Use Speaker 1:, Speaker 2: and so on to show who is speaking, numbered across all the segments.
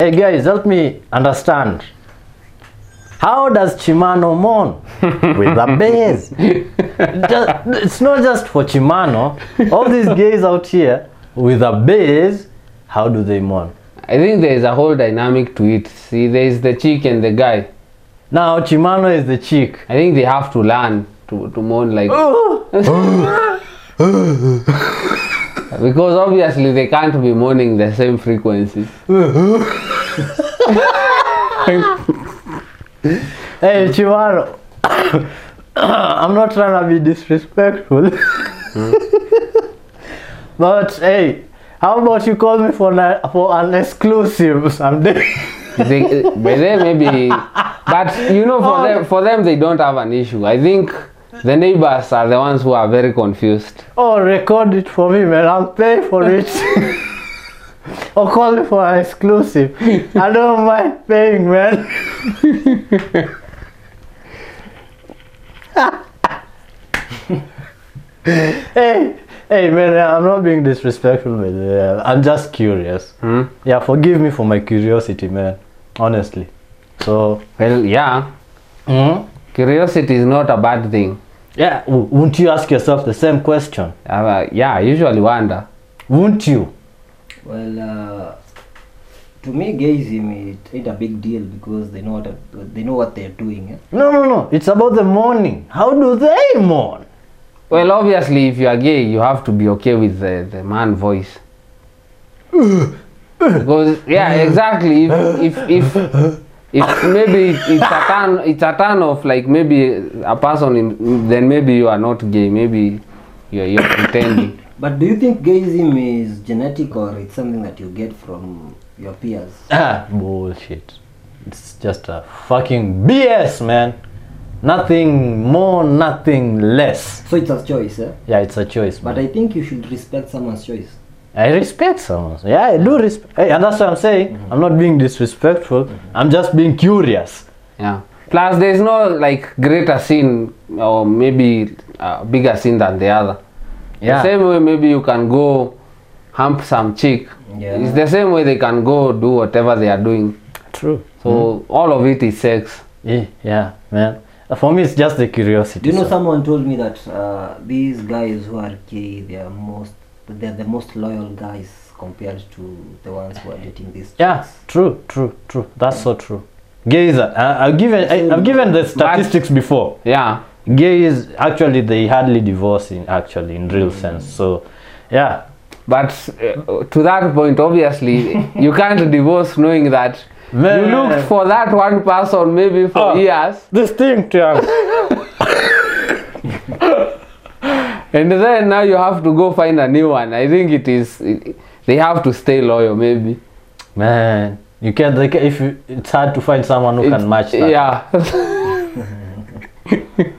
Speaker 1: Hey guys, help me understand. How does Chimano mourn with the bass? Ju- it's not just for Chimano. All these gays out here with a bass, how do they mourn?
Speaker 2: I think there is a whole dynamic to it. See, there is the chick and the guy.
Speaker 1: Now Chimano is the chick.
Speaker 2: I think they have to learn to, to mourn like because obviously they can't be mourning the same frequencies.
Speaker 1: Hey Chimano, I'm not trying to be disrespectful, but hey, how about you call me for na- for an exclusive someday?
Speaker 2: They, by then maybe, but you know, for them, for them they don't have an issue. I think the neighbors are the ones who are very confused.
Speaker 1: or Oh, record it for me, man. I'll pay for it. or call me for an exclusive. I don't mind paying, man. hey, hey, man. I'm not being disrespectful, by the way. I'm just curious.
Speaker 2: Hmm?
Speaker 1: Yeah, forgive me for my curiosity, man. Honestly. So,
Speaker 2: Well, yeah,
Speaker 1: mm,
Speaker 2: curiosity is not a bad thing.
Speaker 1: yeah, w- wouldn't you ask yourself the same question?
Speaker 2: Uh, yeah, I usually wonder.
Speaker 1: Wouldn't you?
Speaker 3: Well, uh, to me, gayism it ain't a big deal because they know what they know what they're doing. Eh?
Speaker 1: No, no, no. It's about the mourning. How do they mourn?
Speaker 2: Well, obviously, if you are gay, you have to be okay with the, the man voice. because yeah, exactly. If if if, if maybe it's a turn it's a turn off. Like maybe a person, in, then maybe you are not gay. Maybe you're you're pretending.
Speaker 3: But do you think gayism is genetic or it's something that you get from your peers?
Speaker 1: Ah, bullshit. It's just a fucking BS, man. Nothing more, nothing less.
Speaker 3: So it's a choice, eh?
Speaker 1: Yeah, it's a choice.
Speaker 3: But
Speaker 1: man.
Speaker 3: I think you should respect someone's choice.
Speaker 1: I, respect someone. Yeah, I do respect. and that's what I'm saying.
Speaker 3: Mm-hmm.
Speaker 1: I'm not being disrespectful. I'm just being curious.
Speaker 2: Yeah. Plus, there is no like greater sin or maybe uh, bigger sin than the other.
Speaker 1: Yeah.
Speaker 2: The same way maybe you can go hump some chick.
Speaker 3: Yeah.
Speaker 2: It's the same way they can go do whatever they are doing.
Speaker 1: True.
Speaker 2: So
Speaker 1: Hmm.
Speaker 2: all of it is sex.
Speaker 1: Yeah, Eh, yeah man. Uh, For me, it's just the curiosity.
Speaker 3: Do you know
Speaker 1: so-
Speaker 3: someone told me that uh, these guys who are gay, they are most they're the most loyal guys compared to the ones who are dating these
Speaker 1: Yeah,
Speaker 3: chicks.
Speaker 1: true, true, true. That's so true. Gays, are- I, I've given, I, I've given the statistics before.
Speaker 2: Yeah.
Speaker 1: Gays actually they hardly divorce in actually in real sense. So, yeah,
Speaker 2: But uh, to that point, obviously, you can't divorce knowing that
Speaker 1: Man.
Speaker 2: you looked for that one person maybe for
Speaker 1: Oh.
Speaker 2: years,
Speaker 1: this thing, Tiang.
Speaker 2: and then now you have to go find a new one. I think it is. It, they have to stay loyal, maybe.
Speaker 1: man, you can't. They can, if you, it's hard to find someone who
Speaker 2: It's-
Speaker 1: can match that.
Speaker 2: Yeah.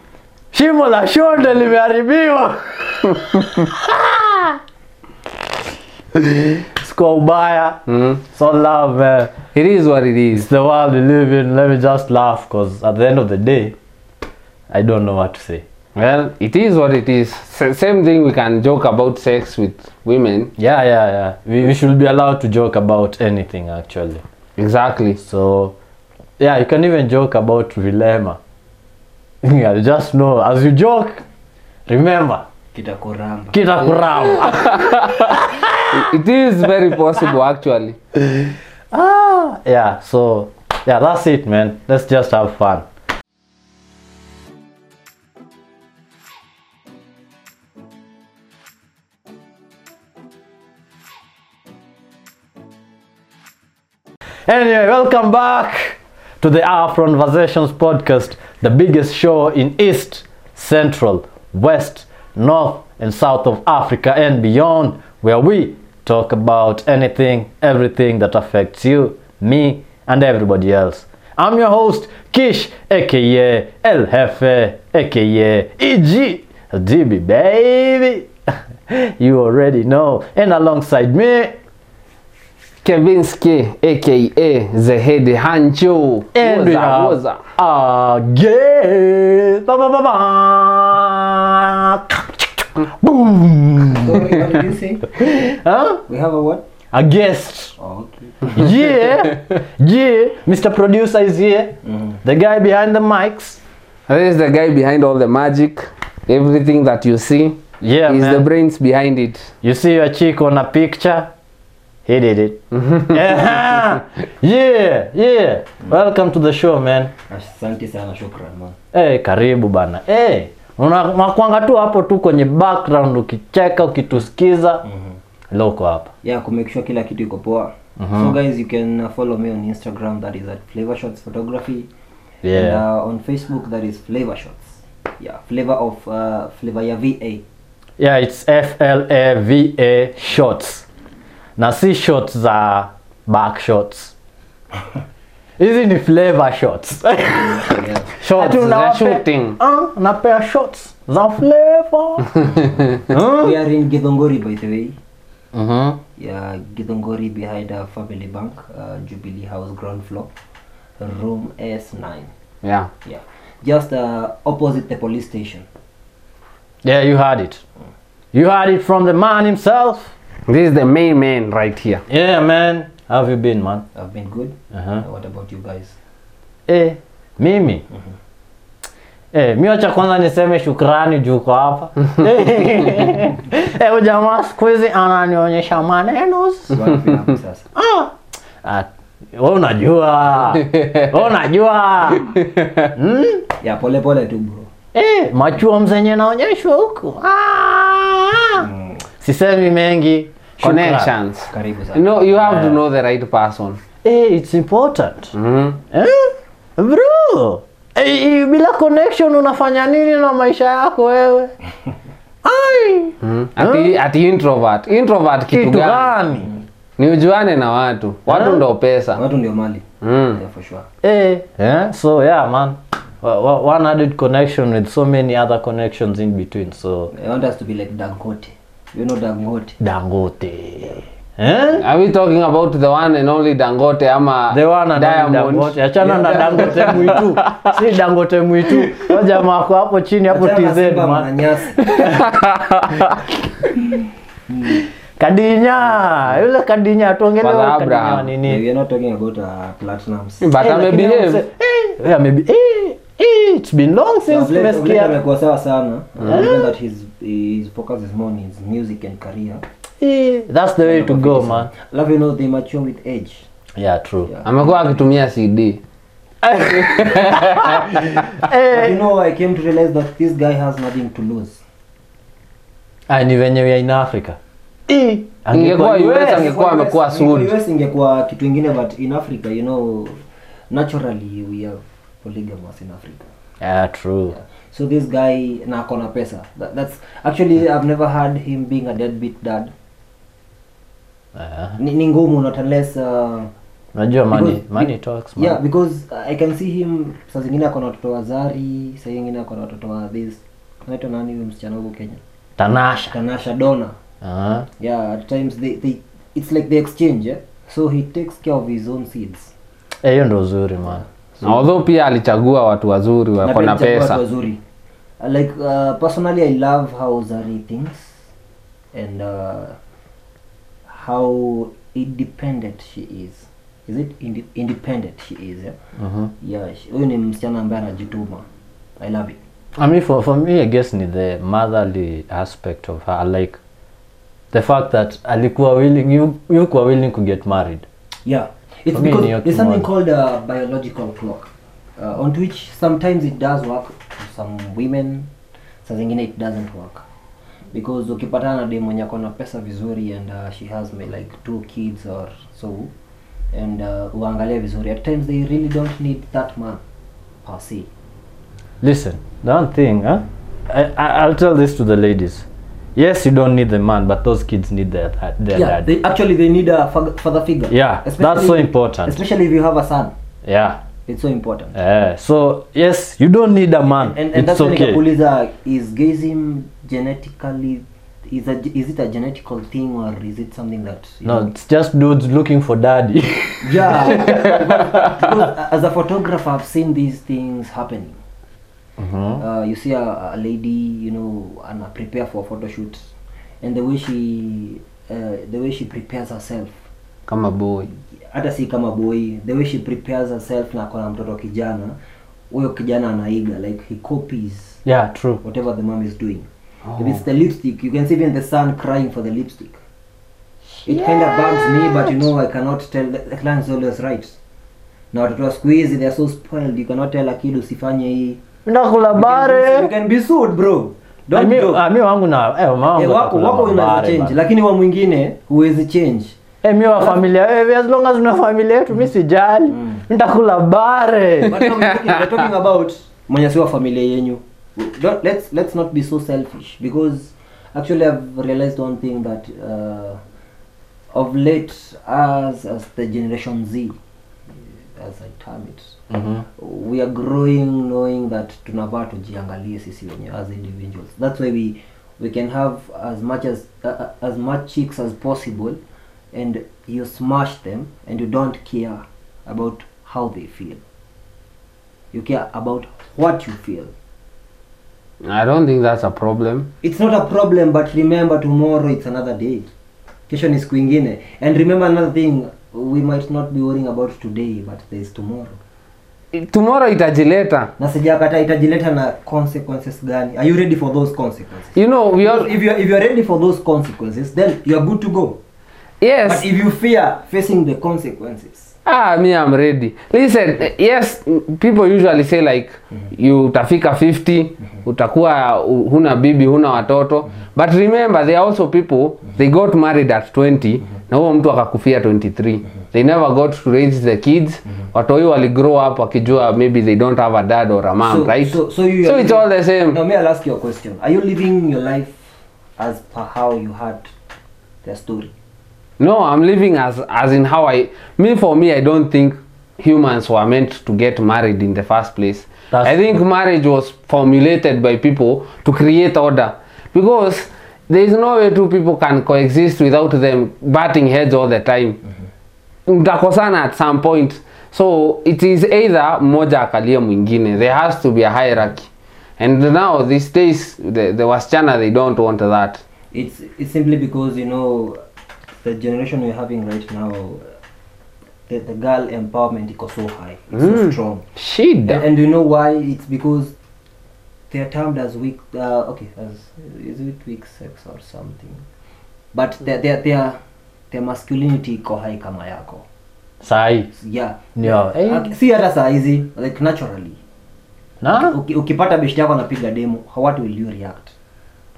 Speaker 1: Shimo la shoulder limeharibiwa. Siko ubaya.
Speaker 2: Mm.
Speaker 1: So love, man.
Speaker 2: It is what it is.
Speaker 1: It's the world we live in. Let me just laugh, cause at the end of the day, I don't know what to say.
Speaker 2: Well, it is what it is. S- same thing we can joke about sex with women.
Speaker 1: Yeah, yeah, yeah. We, we should be allowed to joke about anything actually.
Speaker 2: Exactly.
Speaker 1: So, yeah, you can even joke about vilema. Yeah, you just know as you joke, remember
Speaker 3: Kitakuramba.
Speaker 1: kitakuramba.
Speaker 2: It is very possible, actually.
Speaker 1: ah, yeah. So, yeah, that's it, man. Let's just have fun. Anyway, welcome back to the Afro Conversations podcast, the biggest show in East, Central, West, North, and South of Africa and beyond, where we talk about anything, everything that affects you, me, and everybody else. I'm your host, Kish, aka El Jefe, aka EG, DB baby. you already know. And alongside me,
Speaker 2: Kevinsky, aka Zehedi Hancho.
Speaker 1: And we
Speaker 2: Woza,
Speaker 1: have
Speaker 2: woza.
Speaker 1: again. Ah, Ba, ba, ba, ba. Boom.
Speaker 3: Sorry, what did you say?
Speaker 1: Huh?
Speaker 3: We have a what?
Speaker 1: A guest.
Speaker 3: Oh, okay.
Speaker 1: yeah, yeah. Mr. Producer is here. The guy behind the mics.
Speaker 2: This is the guy behind all the magic. Everything that you see
Speaker 1: Yeah,
Speaker 2: is
Speaker 1: man.
Speaker 2: the brains behind it.
Speaker 1: You see your chick on a picture? He did it. yeah, yeah. yeah. Welcome to the show, man.
Speaker 3: asante sana shukran man
Speaker 1: Hey, karibu bana. Hey, una- unakuanga tu hapo tu kwenye background ukicheka, ukitusikiza. Loko hapa.
Speaker 3: yeah kumake sure kila kitu iko poa
Speaker 1: Uh-huh.
Speaker 3: so guys you can uh, follow me on instagram that is at flavor shots photography
Speaker 1: Yeah.
Speaker 3: and, uh, on facebook that is flavor shots yeah flavor of uh, flavor ya va
Speaker 1: Yeah, it's F L A V A shots. Na si shots za back shots. Hizi ni flavor shots.
Speaker 3: yeah.
Speaker 1: shots
Speaker 2: Ati unawapea-
Speaker 1: Ah, napea shots za flavor.
Speaker 3: we are in githongori by the way
Speaker 1: Mhm.
Speaker 3: yeah githongori behind a family bank uh, jubilee house ground floor room s9
Speaker 2: Yeah.
Speaker 3: yeah just uh, opposite the police station
Speaker 1: Yeah, you heard it. You heard it from the man himself.
Speaker 2: This is the main man right here.
Speaker 1: Yeah, man. How have you been, man?
Speaker 3: i've been good
Speaker 1: Uh-huh.
Speaker 3: what about you guys
Speaker 1: Eh, mimi. Eh, mi wacha kwanza niseme shukrani juu uko hapa. Eh, huyu jamaa siku hizi ananionyesha maneno.
Speaker 3: Wapi hapo sasa
Speaker 1: Ah. Ah, wewe unajua. Wewe unajua. Mm?
Speaker 3: yeah pole pole tu bro
Speaker 1: Eh, machua mzenye naonyeshwa huku. Ah.
Speaker 3: mm.
Speaker 1: Sisemi mengi. Shukrani.
Speaker 2: Connections.
Speaker 3: karibu sana
Speaker 2: No, you have to know the right person.
Speaker 1: Eh, it's important.
Speaker 2: Mhm.
Speaker 1: Eh? Bro, eh, eh, bila connection unafanya nini na maisha yako wewe? Ai,
Speaker 2: Mhm. Ati, ati introvert. Introvert kitu
Speaker 1: kitu
Speaker 2: gani?
Speaker 1: gani?
Speaker 2: Ni ujuane na watu. Watu
Speaker 1: Huh?
Speaker 2: ndo pesa.
Speaker 3: watu ndio mali
Speaker 2: Mm.
Speaker 1: Hmm.
Speaker 3: yeah, for sure
Speaker 1: Eh, eh, so yeah man. Wa- wa- One added connection with so many other connections in between. So
Speaker 3: i want us to be like dangote you know dangote
Speaker 1: Dangote. Eh?
Speaker 2: Are we talking about the one and only Dangote ama
Speaker 1: The one and only
Speaker 2: Diamond?
Speaker 1: Dangote. Achana na Dangote mwitu. Si Dangote mwitu. Wewe jamaa wako hapo chini hapo
Speaker 3: Achana
Speaker 1: TZ
Speaker 3: Simba
Speaker 1: man.
Speaker 3: mnanyasi.
Speaker 1: Kadinya, yule Kadinya tuongelee
Speaker 2: Father
Speaker 1: huyu Kadinya
Speaker 2: Abraham.
Speaker 1: wa nini?
Speaker 3: Yeah, we are not talking about uh, platinums
Speaker 1: Eh,
Speaker 2: But
Speaker 1: lakini
Speaker 2: amebehave.
Speaker 1: wamse- eh, eh, amebe- eh, eh, it's been long
Speaker 3: Yeah,
Speaker 1: since
Speaker 3: of late- of late
Speaker 1: tumesikia
Speaker 3: amekuwa sawa sana
Speaker 1: Hmm.
Speaker 3: given that his his focus is more on his music and career
Speaker 1: Eh, that's the way to go man
Speaker 3: love you know they mature with age
Speaker 1: yeah true
Speaker 3: Yeah.
Speaker 2: Amekuwa akitumia CD.
Speaker 1: eh,
Speaker 3: but you know i came to realize that this guy has nothing to lose
Speaker 1: ah, ni venye we are in africa eh,
Speaker 2: Ingekuwa
Speaker 1: angekuwa
Speaker 2: US,
Speaker 1: US.
Speaker 2: angekuwa- amekuwa
Speaker 3: US
Speaker 2: sued.
Speaker 3: ingekuwa US ingekuwa kitu ingine but in africa you know naturally we are polygamous in africa
Speaker 1: yeah true
Speaker 3: so this guy na ako na pesa that, that's actually i've never heard him being a deadbeat dad
Speaker 1: Ah,
Speaker 3: ni, ni ngumu not unless uh,
Speaker 1: unajua money
Speaker 3: Because-
Speaker 1: money talks man
Speaker 3: yeah because i can see him saa zingine ako na watoto wa zari saa zingine ako na watoto wa this anaitwa nani huyu msichana huko kenya
Speaker 1: tanasha
Speaker 3: tanasha dona
Speaker 1: ah
Speaker 3: yeah at times they, they it's like they exchange yeah? so he takes care of his own seeds
Speaker 1: eh, hiyo ndo uzuri man
Speaker 2: Na although pia alichagua watu wazuri
Speaker 3: Na
Speaker 2: wako
Speaker 3: pia
Speaker 2: na
Speaker 3: ni chakula tu
Speaker 2: pesa.
Speaker 3: wazuri Uh, like uh, personally i love how zari thinks and uh, how independent she is is it Inde- independent she is yeah?
Speaker 1: mhm
Speaker 3: yeah she- huyu ni msichana ambaye anajituma i love it
Speaker 1: I mean, for, for me, I guess ni the motherly aspect of her, like the fact that alikuwa willing, you, you were willing to get married.
Speaker 3: Yeah, it's
Speaker 1: For me,
Speaker 3: because
Speaker 1: New York
Speaker 3: there's something
Speaker 1: tomorrow.
Speaker 3: called a biological clock, uh, on which sometimes it does work for some women, saa zingine it doesn't work because ukipatana na dem mwenye ako na pesa vizuri and uh, she has may, like two kids or so and uh, uangalie vizuri at times they really don't need that man per se
Speaker 1: Listen, the one thing, huh? I, I, I'll tell this to the ladies. Yes, you don't need the man, but those kids need their, tha- their
Speaker 3: yeah
Speaker 1: dad.
Speaker 3: they, actually they need a fa- father figure
Speaker 1: Yeah, that's
Speaker 3: Especially-
Speaker 1: so important.
Speaker 3: especially if you have a son
Speaker 1: yeah.
Speaker 3: it's so important
Speaker 1: Eh, so, yes, you don't need a man.
Speaker 3: and, and
Speaker 1: it's
Speaker 3: that's when
Speaker 1: okay.
Speaker 3: nikakuuliza is gayism genetically is, a, is it a genetical thing or is it something that you
Speaker 1: No,
Speaker 3: know-
Speaker 1: it's just dudes looking for daddy.
Speaker 3: yeah because, because as a photographer i've seen these things happening
Speaker 1: Mm-hmm.
Speaker 3: uh, you see a, a lady you know and prepare for a photo shoot and the way she uh, the way she prepares herself
Speaker 2: Kama boy.
Speaker 3: hata si kama boy the way she prepares herself na akona mtoto kijana huyo kijana anaiga like he copies
Speaker 1: yeah true
Speaker 3: whatever the mom is doing if it's the lipstick you can see even the son crying for the lipstick it kind of bugs me but you know i cannot tell the, the client's always right na watoto wa siku hizi they are so spoiled you cannot tell a kid usifanye hii
Speaker 1: ndakula bare
Speaker 3: you can be sued bro don't
Speaker 1: Mi-
Speaker 3: joke.
Speaker 1: ah, mi wangu na eh, mama wangu
Speaker 3: Eh, wako
Speaker 1: atakula
Speaker 3: wako unaweza
Speaker 1: mabare
Speaker 3: change
Speaker 1: bana.
Speaker 3: lakini wa mwingine huwezi change
Speaker 1: Eh, mi wa familia eh, as long as una familia yetu mi sijali
Speaker 3: Mm.
Speaker 1: nitakula bare
Speaker 3: But now we're talking- we're talking about mwenye si wa familia yenyu Don't- let's, let's not be so selfish because actually i've realized one thing that uh, of late as, as the generation z as i term it we are growing knowing that tunavaa tujiangalie sisi wenyewe as individuals that's why we we can have as much as uh, as much chicks as possible and you smash them and you don't care about how they feel you care about what you feel
Speaker 2: i don't think that's a problem
Speaker 3: it's not a problem but remember tomorrow it's another day kesho ni siku ingine and remember another thing we might not be worrying about today but there's tomorrow
Speaker 2: tomorrow itajileta
Speaker 3: na sijakata itajileta na consequences gani are you ready for those consequences
Speaker 2: you know we all,
Speaker 3: if you if you are ready for those consequences then you are good to go
Speaker 2: yes
Speaker 3: but if you fear facing the consequences
Speaker 2: ah me i'm ready listen eh, yes mm, people usually say like you utafika 50 utakuwa uh, huna bibi huna watoto but remember there are also people they got married at 20 na huo mtu akakufia 23 they never got to raise the kids watoi wali grow up wakijua maybe they don't have a dad or a mom
Speaker 3: so,
Speaker 2: right
Speaker 3: so so you
Speaker 2: so
Speaker 3: are
Speaker 2: it's all the same
Speaker 3: now may i ask you a question are you living your life as per how you had the story
Speaker 2: No, I'm living as as in how I me for me I don't think humans were meant to get married in the first place.
Speaker 1: That's
Speaker 2: I think marriage was formulated by people to create order because there is no way two people can coexist without them butting heads all the time. Mtakosana at some point. So it is either mmoja akalie mwingine. There has to be a hierarchy. And now these days the, the wasichana they don't want that.
Speaker 3: it's it's simply because you know the generation we're having right now the, the girl empowerment iko so high it's
Speaker 2: Hmm.
Speaker 1: Mm.
Speaker 3: so strong
Speaker 2: Shida.
Speaker 3: And, and you know why? It's because they are termed as weak. Uh, okay, as is it weak sex or something? But their their their their masculinity iko high kama yako.
Speaker 1: sahi
Speaker 3: Yeah.
Speaker 1: nio eh, Ah.
Speaker 3: Ak- Si hata saa hizi like naturally.
Speaker 1: na
Speaker 3: Uki, ukipata beshte yako anapiga demo, how what will you react?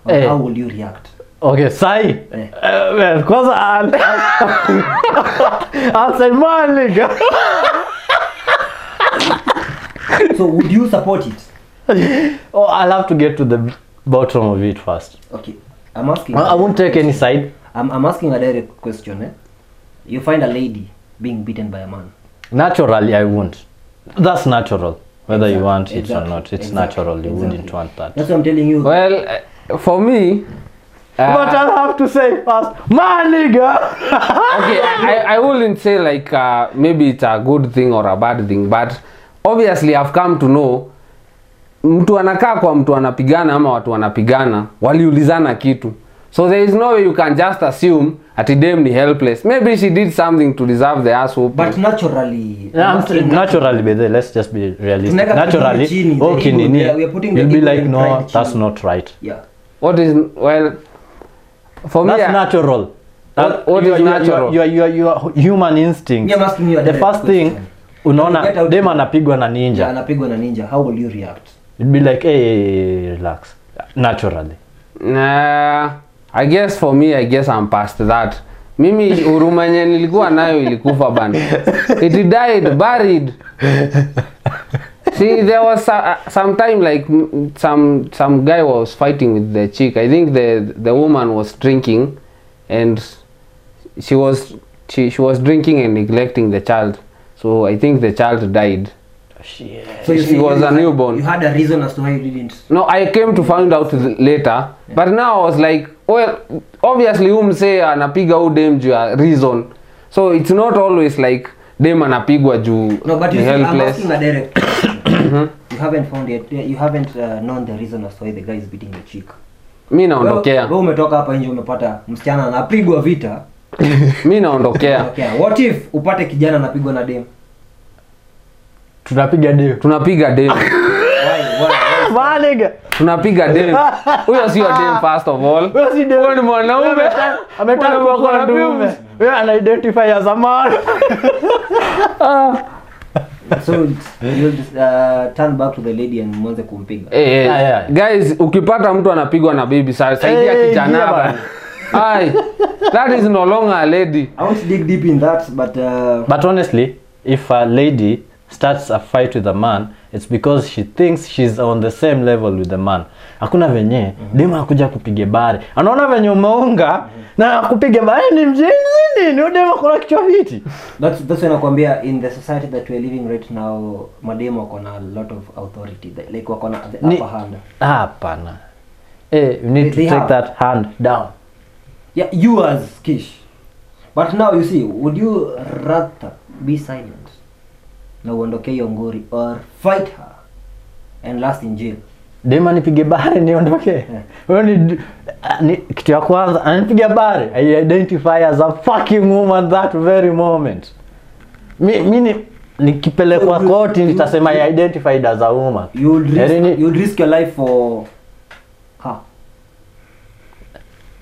Speaker 3: Or
Speaker 1: Eh.
Speaker 3: How will you react?
Speaker 1: okay sahi
Speaker 3: Eh.
Speaker 1: Eh, well, kwanza an- Ah, asema nigga.
Speaker 3: So would you support it?
Speaker 1: oh, i'll have to get to the bottom of it first
Speaker 3: Okay. I'm asking.
Speaker 1: i won't take any side
Speaker 3: I'm, I'm asking a direct question. Eh? You find a lady being beaten by a man.
Speaker 1: naturally i won't that's natural whether you want it
Speaker 3: Exactly,
Speaker 1: or not it's
Speaker 3: exactly,
Speaker 1: natural you
Speaker 3: exactly.
Speaker 1: wouldn't want that
Speaker 3: That's what I'm telling you.
Speaker 2: Well, uh, for me, uh,
Speaker 1: but i'll have to say first my nigga
Speaker 2: okay, I, I wouldn't say like uh, maybe it's a good thing or a bad thing, but obviously I've come to know mtu anakaa kwa mtu anapigana ama watu wanapigana waliulizana kitu so there is no way you can just assume ati dem ni helpless maybe she did something to deserve the ass whooping.
Speaker 3: but naturally
Speaker 1: No, I'm
Speaker 3: I'm
Speaker 1: saying
Speaker 3: saying
Speaker 1: naturally, but let's just be realistic.
Speaker 3: Tunaweka
Speaker 1: Naturally,
Speaker 3: kidole chini, the
Speaker 1: okay,
Speaker 3: ego,
Speaker 1: nini,
Speaker 3: we are- we are putting the
Speaker 1: you'll be
Speaker 3: ego
Speaker 1: like,
Speaker 3: and
Speaker 1: no,
Speaker 3: pride
Speaker 1: that's
Speaker 3: chini."
Speaker 1: not right.
Speaker 3: yeah
Speaker 2: what is well for me
Speaker 1: That's
Speaker 2: I-
Speaker 1: natural.
Speaker 2: What- what
Speaker 1: you
Speaker 2: is
Speaker 1: are- you are-
Speaker 2: natural?
Speaker 1: You are, you are, you are human instinct.
Speaker 3: Yeah, I'm asking you a
Speaker 1: the
Speaker 3: direct
Speaker 1: first thing,
Speaker 3: question. You get
Speaker 1: unaona
Speaker 3: out-
Speaker 1: dem anapigwa na
Speaker 3: yeah
Speaker 1: ninja.
Speaker 3: anapigwa na ninja how will you react
Speaker 1: You'd be like, hey, relax. Naturally.
Speaker 2: Nah, I guess for me, I guess I'm past that. Mimi huruma yenye nilikuwa nayo ilikufa bana. It died buried. See, there was a, some time like mm, some some guy was fighting with the chick. I think the the woman was drinking, and she was she, she was drinking and neglecting the child. So I think the child died.
Speaker 3: so
Speaker 2: She was a
Speaker 3: had-
Speaker 2: newborn.
Speaker 3: you had a reason as to why you didn't
Speaker 2: No, I came to find out th- later. But now I was like, well, obviously umse anapiga u dem juu ya reason. So it's not always like dem anapigwa juu
Speaker 3: no but you
Speaker 2: ni
Speaker 3: see, I'm
Speaker 2: helpless.
Speaker 3: asking a direct question.
Speaker 1: Mm-hmm.
Speaker 3: you haven't found it you haven't uh, known the reason as to why the guy is beating the chick
Speaker 2: Mi naondokea.
Speaker 3: Wewe- wewe umetoka hapa nje umepata msichana anapigwa vita
Speaker 2: mi naondokea
Speaker 3: Okay, what if upate kijana anapigwa na dem
Speaker 1: tunapiga deo
Speaker 2: tunapiga dem
Speaker 3: Why, why, why?
Speaker 1: Maniga.
Speaker 2: tunapiga dem huyo sio dem first of all
Speaker 1: Huyo si deo.
Speaker 2: huyo ni mwanaume
Speaker 1: Ameta- ametaka
Speaker 2: Mwanaume
Speaker 1: kuwa na
Speaker 2: kwa ndume.
Speaker 1: dume. Huyo anaidentify as a man.
Speaker 3: so you'll uh, turn back to the lady and mwanze kumpiga
Speaker 2: Eh, eh,
Speaker 1: Ah, yeah.
Speaker 2: guys ukipata mtu anapigwa na baby sa- saidia
Speaker 1: Eh,
Speaker 2: kijana
Speaker 1: ingia
Speaker 2: bana. Ai, that is no longer a lady
Speaker 3: i won't dig deep in that but uh,
Speaker 1: But honestly, if a lady starts a fight with a man, it's because she thinks she's on the same level with the man. Hakuna venye
Speaker 3: Mhm.
Speaker 1: mm-hmm. demu anakuja kupige bare, anaona venye umeunga na akupige bare, ni mjinzi nini? Huyu demu akona kichwa fiti.
Speaker 3: that's that's when nakwambia in the society that we're living right now mademo wako na a lot of authority They- like wako na the
Speaker 1: Ni-
Speaker 3: upper hand
Speaker 1: Hapana, eh, you need
Speaker 3: They-
Speaker 1: to
Speaker 3: they
Speaker 1: take
Speaker 3: have.
Speaker 1: that hand down.
Speaker 3: yeah you as kish but now you see would you rather be silent na uondoke hiyo ngori or fight her and last in jail
Speaker 1: Demu anipige bare niondoke. Huyo ni, ni kitu ya kwanza, ananipiga bare. I identify as a fucking woman that very moment. Mi, mi ni, nikipelekwa koti nitasema I identified as a woman.
Speaker 3: you would risk,
Speaker 1: Yaani ni-
Speaker 3: you would risk your life for her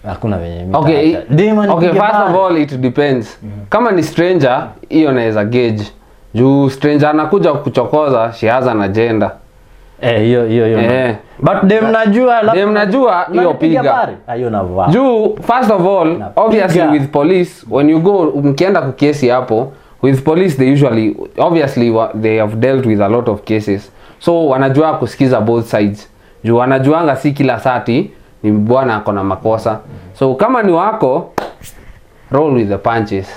Speaker 1: Hakuna venye mimi.
Speaker 2: okay,
Speaker 1: nitaacha. Demu
Speaker 2: okay
Speaker 1: anipige
Speaker 2: first of
Speaker 1: bare.
Speaker 2: all it depends kama ni stranger hiyo naweza gauge juu stranger anakuja kuchokoza she has an agenda
Speaker 1: Eh, hiyo hiyo hiyo.
Speaker 2: Eh.
Speaker 1: But dem najua alafu-
Speaker 2: Dem najua, hiyo
Speaker 1: unanipiga
Speaker 2: piga.
Speaker 1: bare? Ah, hiyo navaa.
Speaker 2: juu first of all
Speaker 1: Napiga.
Speaker 2: obviously with police when you go mkienda kukesi hapo with police they usually obviously wa- they have dealt with a lot of cases so wanajua kusikiza both sides juu wanajuanga si kila sati ni bwana ako na makosa so kama ni wako roll with the punches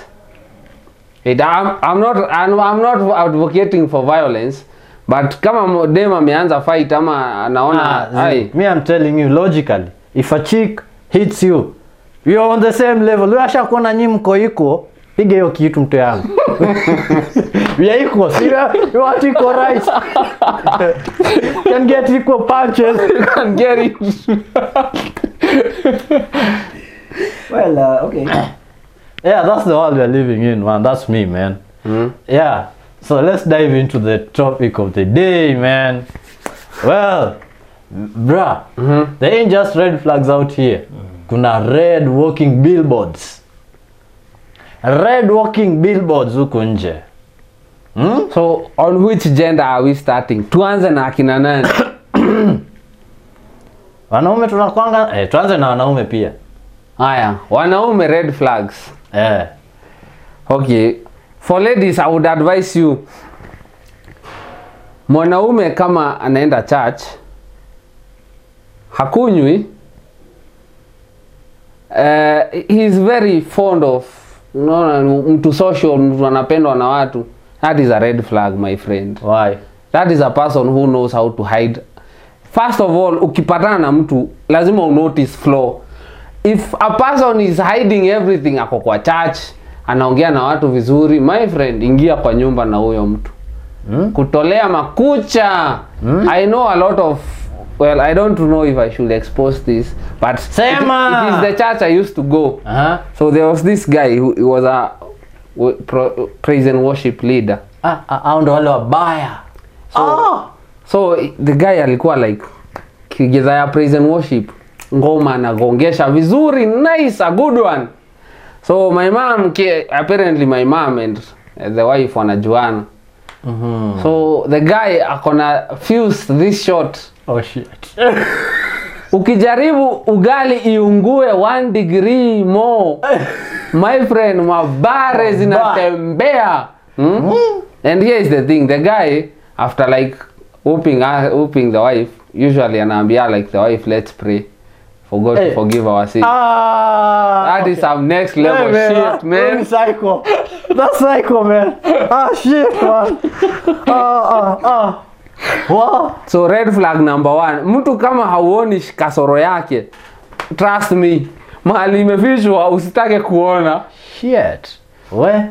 Speaker 2: It, I'm, I'm not I'm, I'm not advocating for violence but kama mo- dem ameanza fight ama anaona
Speaker 1: Ah,
Speaker 2: ai,
Speaker 1: me I'm telling you logically if a chick hits you you're on the same level wewe ashakuona nyi mko iko piga hiyo kitu mtu yangu we are equal see we are- we want equal rights can get equal punches
Speaker 2: can get it
Speaker 3: well uh, okay
Speaker 1: yeah that's the world we're living in man that's me man yeah so let's dive into the topic of the day man well bruh there ain't just red flags out here kuna red walking billboards red walking billboards huku nje hmm?
Speaker 2: So on which gender are we starting? Tuanze na akina nani?
Speaker 1: wanaume tunakwanga eh, tuanze na wanaume pia
Speaker 2: Haya, wanaume red flags.
Speaker 1: eh.
Speaker 2: Okay. For ladies I would advise you mwanaume kama anaenda church hakunywi eh, he is very fond of unaona mtu social mtu anapendwa na watu that is a red flag my friend
Speaker 1: why
Speaker 2: that is a person who knows how to hide first of all ukipatana na mtu lazima unotice flaw if a person is hiding everything ako kwa church anaongea na watu vizuri my friend ingia kwa nyumba na huyo mtu
Speaker 1: Hmm?
Speaker 2: kutolea makucha i know a lot of well i don't know if i should expose this but
Speaker 1: Sema!
Speaker 2: It, it is the church i used to go
Speaker 1: Aha.
Speaker 2: so there was this guy who he was a wa- pro- praise and worship leader
Speaker 1: ah, ah, hao ndo wale wabaya Ah!
Speaker 2: so the guy alikuwa like kigeza ya praise and worship ngoma anagongesha vizuri nice a good one so my mom ke, apparently my mom and eh, the wife wanajuana
Speaker 1: Mhm.
Speaker 2: so the guy akona fuse this shot
Speaker 1: Oh, shit.
Speaker 2: ukijaribu ugali iungue one degree more my friend mabare zinatembea hmm? and here is the thing the guy after like whooping, her- whooping the wife usually anaambia like the wife let's pray for god
Speaker 1: Hey.
Speaker 2: to forgive our sins
Speaker 1: Ah,
Speaker 2: that is
Speaker 1: okay.
Speaker 2: some next
Speaker 1: Hey,
Speaker 2: level
Speaker 1: man, ah,
Speaker 2: shit
Speaker 1: that-
Speaker 2: man
Speaker 1: That's psycho. That's psycho, man. Ah, shit, man. Ah, ah, ah. Wow.
Speaker 2: so red flag number one mtu kama hauoni sh- kasoro yake trust me mahali imefichwa usitake kuona
Speaker 1: Shit. We.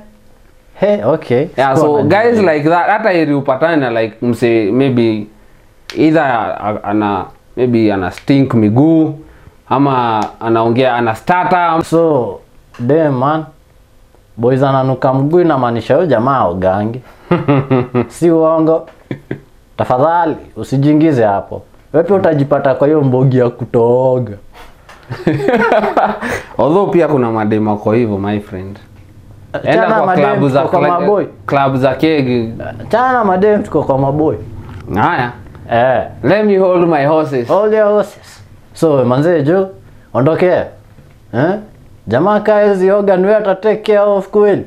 Speaker 1: Hey, okay.
Speaker 2: yeah
Speaker 1: Sikuwa
Speaker 2: so
Speaker 1: najua.
Speaker 2: guys like that hata ili upatane na like mse maybe either a- ana maybe ana stink miguu ama anaongea ana starter
Speaker 1: So, damn, man. boys ananuka mguu inamaanisha huyo jamaa ugangi si uongo tafadhali usijiingize hapo wewe pia utajipata kwa hiyo mbogi ya kutooga
Speaker 2: although pia kuna madem wako hivyo my friend enda
Speaker 1: Chana
Speaker 2: kwa
Speaker 1: madem,
Speaker 2: klabu za
Speaker 1: tuko kwa
Speaker 2: kla-
Speaker 1: maboy.
Speaker 2: klabu za kegi
Speaker 1: chana na madem tuko kwa maboy
Speaker 2: haya
Speaker 1: eh.
Speaker 2: let me hold my horses
Speaker 1: all their horses so manzee juu ondokea eh? jamaa kaezi oga ni wewe atatake care of kweli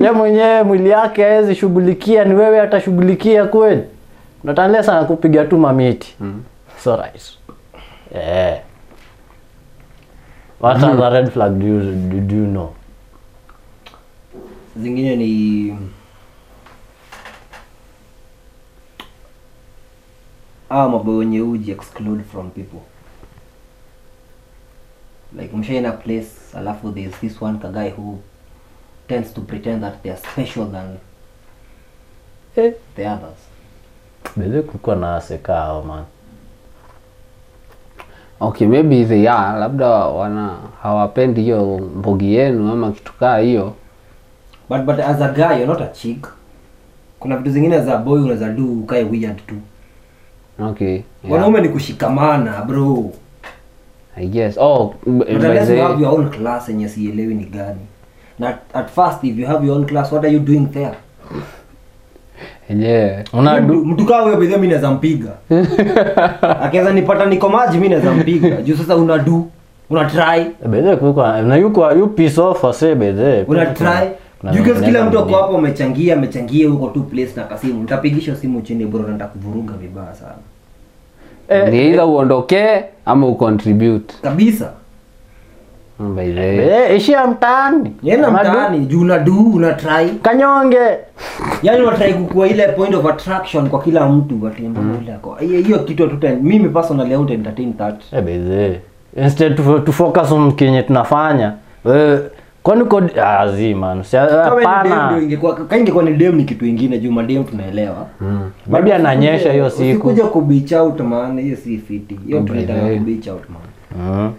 Speaker 1: ye mwenyewe mwili yake aezi shughulikia ni wewe atashughulikia kweli natanle sana kupiga tu mamiti mm. so right yeah. what other red flag do you, do, do you know
Speaker 3: zingine ni aa mabao wenye uji exclude from people like mshaina place alafu there's this one kaguy who tends to pretend that they are special than
Speaker 1: eh.
Speaker 3: the others
Speaker 1: beze kulikuwa na asekao man
Speaker 2: okay maybe they are labda wana hawapendi hiyo mbogi yenu ama kitu kaa hiyo
Speaker 3: but but as a guy you're not a chick kuna vitu zingine za boy unaweza do ukae weird tu
Speaker 2: okay yeah.
Speaker 3: wanaume ni kushikamana bro
Speaker 2: i guess oh m-
Speaker 3: But
Speaker 2: by
Speaker 3: unless
Speaker 2: the-
Speaker 3: you have your own class yenye sielewi ni gani na at- at first if you have your own class what are you doing there
Speaker 2: yeah
Speaker 1: unadu
Speaker 3: Mtu- mtu kaa huyo bedhia mi naweza mpiga akiweza nipata niko maji mi naweza mpiga juu sasa una do una try
Speaker 1: beze kulikuwa na yuko yu piece off ase beze
Speaker 3: una try Juu guys kila mtu ako hapo amechangia amechangia huko tu place na kasimu nitapigisha simu chini bro na nitakuvuruga vibaya sana
Speaker 1: Eh,
Speaker 2: ni either uondokee ama ucontribute
Speaker 3: kabisa
Speaker 2: Mm, by the way.
Speaker 1: Eh, ishia mtaani
Speaker 3: yena
Speaker 1: Unadu-
Speaker 3: mtaani juu una do una try
Speaker 1: kanyonge
Speaker 3: yaani unatrai kukua ile point of attraction kwa kila mtu
Speaker 1: Mm.
Speaker 3: atimbailako hiyo kitu tuta mimi personally au entertain that
Speaker 1: Eh, beze instead tu, tu focus on kenye tunafanya wewe kwani uko azima ah,
Speaker 3: Kama ni dem ndio
Speaker 1: hapana
Speaker 3: ingekuwa- kama ingekuwa ni dem ni kitu ingine juu madem tunaelewa But
Speaker 1: Maybe Mm. ananyesha
Speaker 3: usikuje-
Speaker 1: hiyo siku.
Speaker 3: usikuje kubitch out maana hiyo si fiti hiyo
Speaker 2: by
Speaker 3: tunaitanga
Speaker 2: the way.
Speaker 3: kubitch out maana
Speaker 1: Mhm.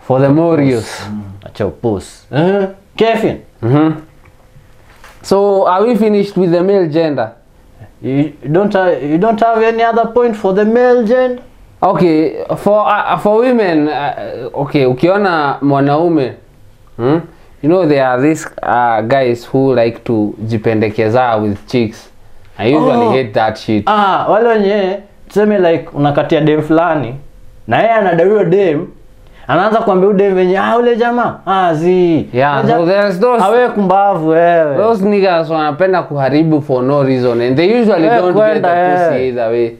Speaker 2: for the morios
Speaker 3: Hmm.
Speaker 1: acha upus Eh, Kevin
Speaker 2: Mhm. so are we finished with the male gender
Speaker 1: you don't have, you don't have any other point for the male gender
Speaker 2: okay for uh, for women uh, okay ukiona mwanaume hmm? you know there are these uh, guys who like to jipendekeza with chicks i usually
Speaker 1: Oh.
Speaker 2: hate that shit
Speaker 1: ah wale wenye tuseme like unakatia dem fulani na yeye anadaiwa dem anaanza kuambia huyu dem venye ah ule jamaa ah zi
Speaker 2: Yeah,
Speaker 1: Ule ja-
Speaker 2: so there's those-
Speaker 1: awe kumbavu wewe
Speaker 2: those niggas wanapenda kuharibu for no reason and they usually
Speaker 1: Eh,
Speaker 2: don't get the
Speaker 1: kwenda, eh.
Speaker 2: pussy either way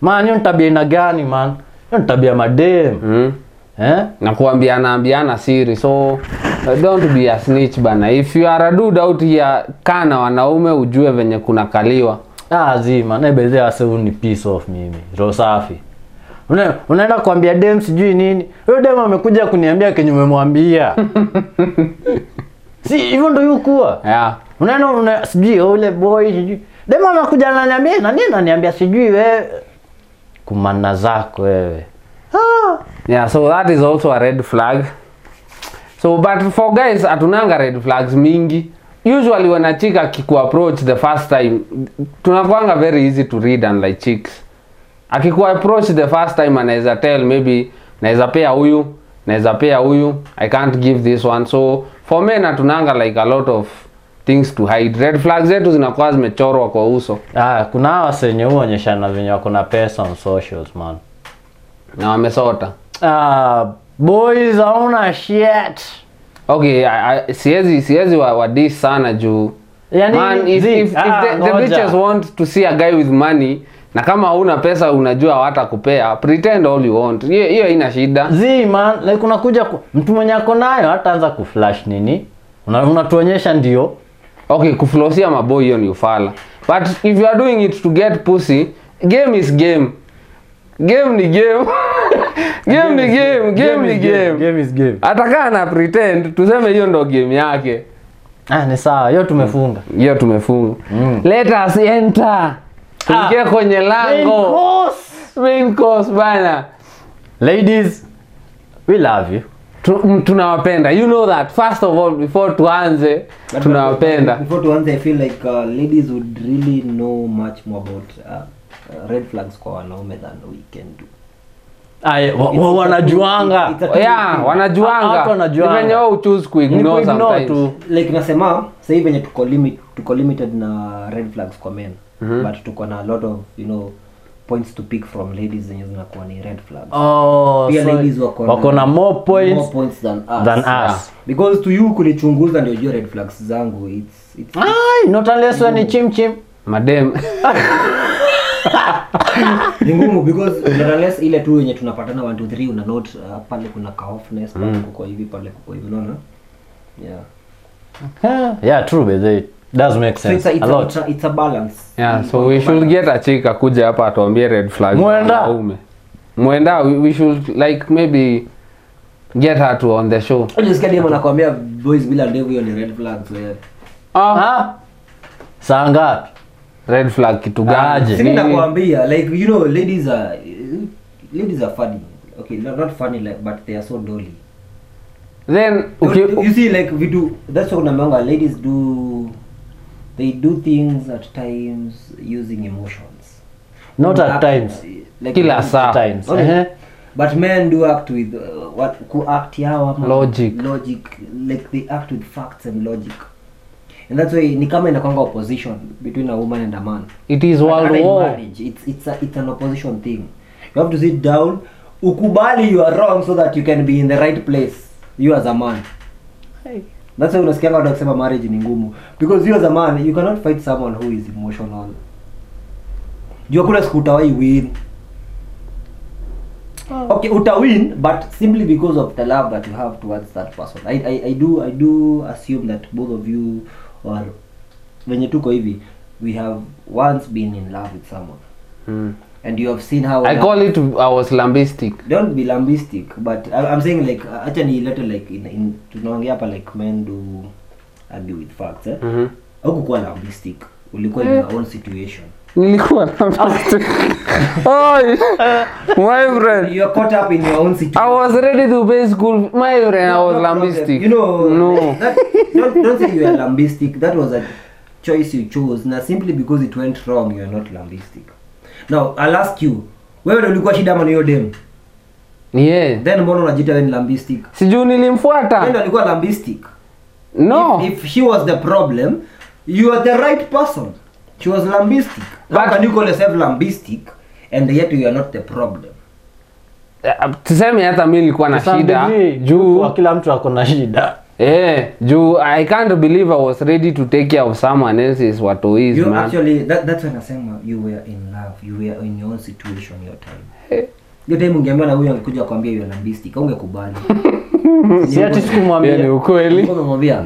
Speaker 1: man hiyo ni tabia aina gani man hiyo ni tabia madem
Speaker 2: hmm?
Speaker 1: eh?
Speaker 2: na kuambiana ambiana siri so uh, don't be a snitch bana if you are a dude out here kaa na wanaume ujue venye kunakaliwa
Speaker 1: ah, zima nebezea aseu ni piece off mimi roho safi Una- unaenda kuambia dem sijui nini huyo dem amekuja kuniambia kenye umemwambia si hivyo ndo yukuwa
Speaker 2: yeah.
Speaker 1: unaenda una, sijui ule boy sijui dem amekuja ananiambia nani ananiambia sijui wewe kumana zako wewe ah.
Speaker 2: yeah so that is also a red flag so but for guys hatunanga red flags mingi usually when a chick akikuapproach the first time tunakwanga very easy to read unlike chicks akikuapproach the first time anaweza tell maybe naweza pea huyu naweza pea huyu i can't give this one so for men hatunanga like a lot of things to hide red flags zetu zinakuwa zimechorwa kwa uso
Speaker 1: Ah, kuna hawa senye huonyeshana venye wako na pesa on socials man
Speaker 2: na wamesota
Speaker 1: Ah, boys hauna shit
Speaker 2: okay I, I, siwezi siwezi wa, wa diss sana juu
Speaker 1: Yani,
Speaker 2: man if,
Speaker 1: zi-
Speaker 2: if, if
Speaker 1: ah,
Speaker 2: the, the
Speaker 1: ngoja.
Speaker 2: bitches want to see a guy with money na kama hauna pesa unajua hawata kupea pretend all you want hiyo hiyo haina shida
Speaker 1: zi man like unakuja ku, mtu mwenye ako nayo hataanza kuflash nini Una- unatuonyesha ndio
Speaker 2: okay kuflosia maboy hiyo ni ufala but if you are doing it to get pussy game is game game ni game game ni game game ni
Speaker 1: is
Speaker 2: game
Speaker 1: game is game.
Speaker 2: atakaa na pretend tuseme hiyo ndo game yake
Speaker 1: Ah, ni sawa hiyo tumefunga
Speaker 2: hiyo tumefunga
Speaker 1: Mm. Ah.
Speaker 2: let us enter tuingie kwenye
Speaker 1: Main
Speaker 2: lango
Speaker 1: course.
Speaker 2: main course bana
Speaker 1: ladies we love you
Speaker 2: tu- m- tunawapenda you know that first of all before tuanze
Speaker 3: But
Speaker 2: tunawapenda
Speaker 3: Before to answer, I feel like uh, ladies would really know much more about uh, uh, red flags kwa wanaume than we can do.
Speaker 1: Ay, wa- wa- wanajuanga
Speaker 3: It's a
Speaker 2: yeah
Speaker 1: Ah, watu
Speaker 2: wanajuanga Ni
Speaker 1: wanajuanga.
Speaker 2: venye wao uchuse
Speaker 1: Ni
Speaker 2: kuignore
Speaker 1: kuignore tu.
Speaker 2: sometimes
Speaker 3: like nasema sahii venye tuko limit, tuko limited na red flags kwa men
Speaker 1: Mhm.
Speaker 3: mm-hmm. but tuko na a lot of you know points to pick from ladies zenye zinakuwa ni red flags
Speaker 1: Oh,
Speaker 3: Pia
Speaker 1: so-
Speaker 3: ladies wako na-
Speaker 1: wako na more
Speaker 3: more
Speaker 1: points
Speaker 3: points than us,
Speaker 1: than us.
Speaker 3: because to you kunichunguza ndio jua red flags zangu it's, it's
Speaker 1: Ay, not unless wewe ni chimchim
Speaker 2: madem
Speaker 1: Ah.
Speaker 3: ni ngumu because unless ile tu yenye tunapatana 1 2 3 una note uh, pale kuna kaofness pale
Speaker 1: Mm.
Speaker 3: kuko hivi pale kuko hivi unaona yeah
Speaker 1: yeah, yeah true but it does make
Speaker 3: so
Speaker 1: sense
Speaker 3: it's a, it's
Speaker 1: a
Speaker 3: a,
Speaker 1: lot
Speaker 3: it's a, it's a balance
Speaker 2: yeah so we should get a chick akuja hapa atuambie red flag
Speaker 1: Mwenda.
Speaker 2: mwenda we, we should like maybe get her to on the show
Speaker 3: Unajisikia dem anakuambia boys bila ndevu hiyo ni red flags wewe.
Speaker 2: ah,
Speaker 1: ah saa ngapi
Speaker 2: red flag kitu
Speaker 1: Aje.
Speaker 3: Sini
Speaker 2: gani
Speaker 3: nakwambia like you know ladies are ladies are funny. Okay, not, not funny like but they are so dolly.
Speaker 2: then
Speaker 3: Okay.
Speaker 2: uki,
Speaker 3: You, you see like we do that's what namanga ladies do they do things at times using emotions.
Speaker 1: not at
Speaker 3: Act-
Speaker 1: times
Speaker 3: Like,
Speaker 2: Kila saa.
Speaker 1: times
Speaker 3: Okay.
Speaker 1: eh
Speaker 3: But men do act with uh, what kuact yao ama
Speaker 2: Logic.
Speaker 3: logic like they act with facts and logic. And that's why ni kama inakwanga opposition between a woman and a man.
Speaker 2: it is world
Speaker 3: Hata in
Speaker 2: war
Speaker 3: marriage, It's, it's, a, it's an opposition thing. You have to sit down, ukubali you are wrong so that you can be in the right place, you as a man. That's why unasikianga watu wakisema marriage ni ngumu. Because you as a man, you cannot fight someone who is emotional. Jua kuna siku utawai win. Okay, utawin but simply because of the love that you have towards that person. I, I, I do I do assume that both of you or venye tuko hivi we have once been in love with someone
Speaker 2: mm.
Speaker 3: and you have seen how
Speaker 2: i call it i was lambistic
Speaker 3: don't be lambistic but I, i'm saying like uh, acha nilete like in, in tunaongea hapa like men do argue with facts eh
Speaker 2: Mhm.
Speaker 3: haukukuwa lambistic ulikuwa in your own situation
Speaker 2: nilikuwa lambistic Oi, my friend
Speaker 3: you are caught up in your own situation
Speaker 2: i was ready to pay school my friend i was
Speaker 3: No problem.
Speaker 2: lambistic
Speaker 3: you know eh,
Speaker 2: no
Speaker 3: that, don't, don't say you are lambistic that was a choice you chose na simply because it went wrong you are not lambistic now i'll ask you wewe ndio ulikuwa shida ama ni hiyo dem
Speaker 2: yeah
Speaker 3: then mbona unajiita wewe ni lambistic
Speaker 2: sijuu
Speaker 3: Yeye ndo
Speaker 2: nilimfuata
Speaker 3: alikuwa lambistic
Speaker 2: no
Speaker 3: uh, if, if she was the problem you are the right person she was lambistic how
Speaker 2: But-
Speaker 3: can you call yourself lambistic and yet you are not the problem
Speaker 2: Eh, tuseme hata mi nilikuwa na shida
Speaker 1: Sambiji,
Speaker 2: juu
Speaker 1: kwa kila mtu ako na shida
Speaker 2: eh, juu i can't believe i was ready to take care of someone else's watois
Speaker 3: you
Speaker 2: man
Speaker 3: actually that, that's when nasema you were in love you were in your own situation your time
Speaker 2: Eh,
Speaker 3: hiyo time ungeambia na huyo angekuja kwambia you are lambistic ungekubali
Speaker 1: si ati
Speaker 2: Hiyo ni
Speaker 1: sikumwambia
Speaker 2: ukweli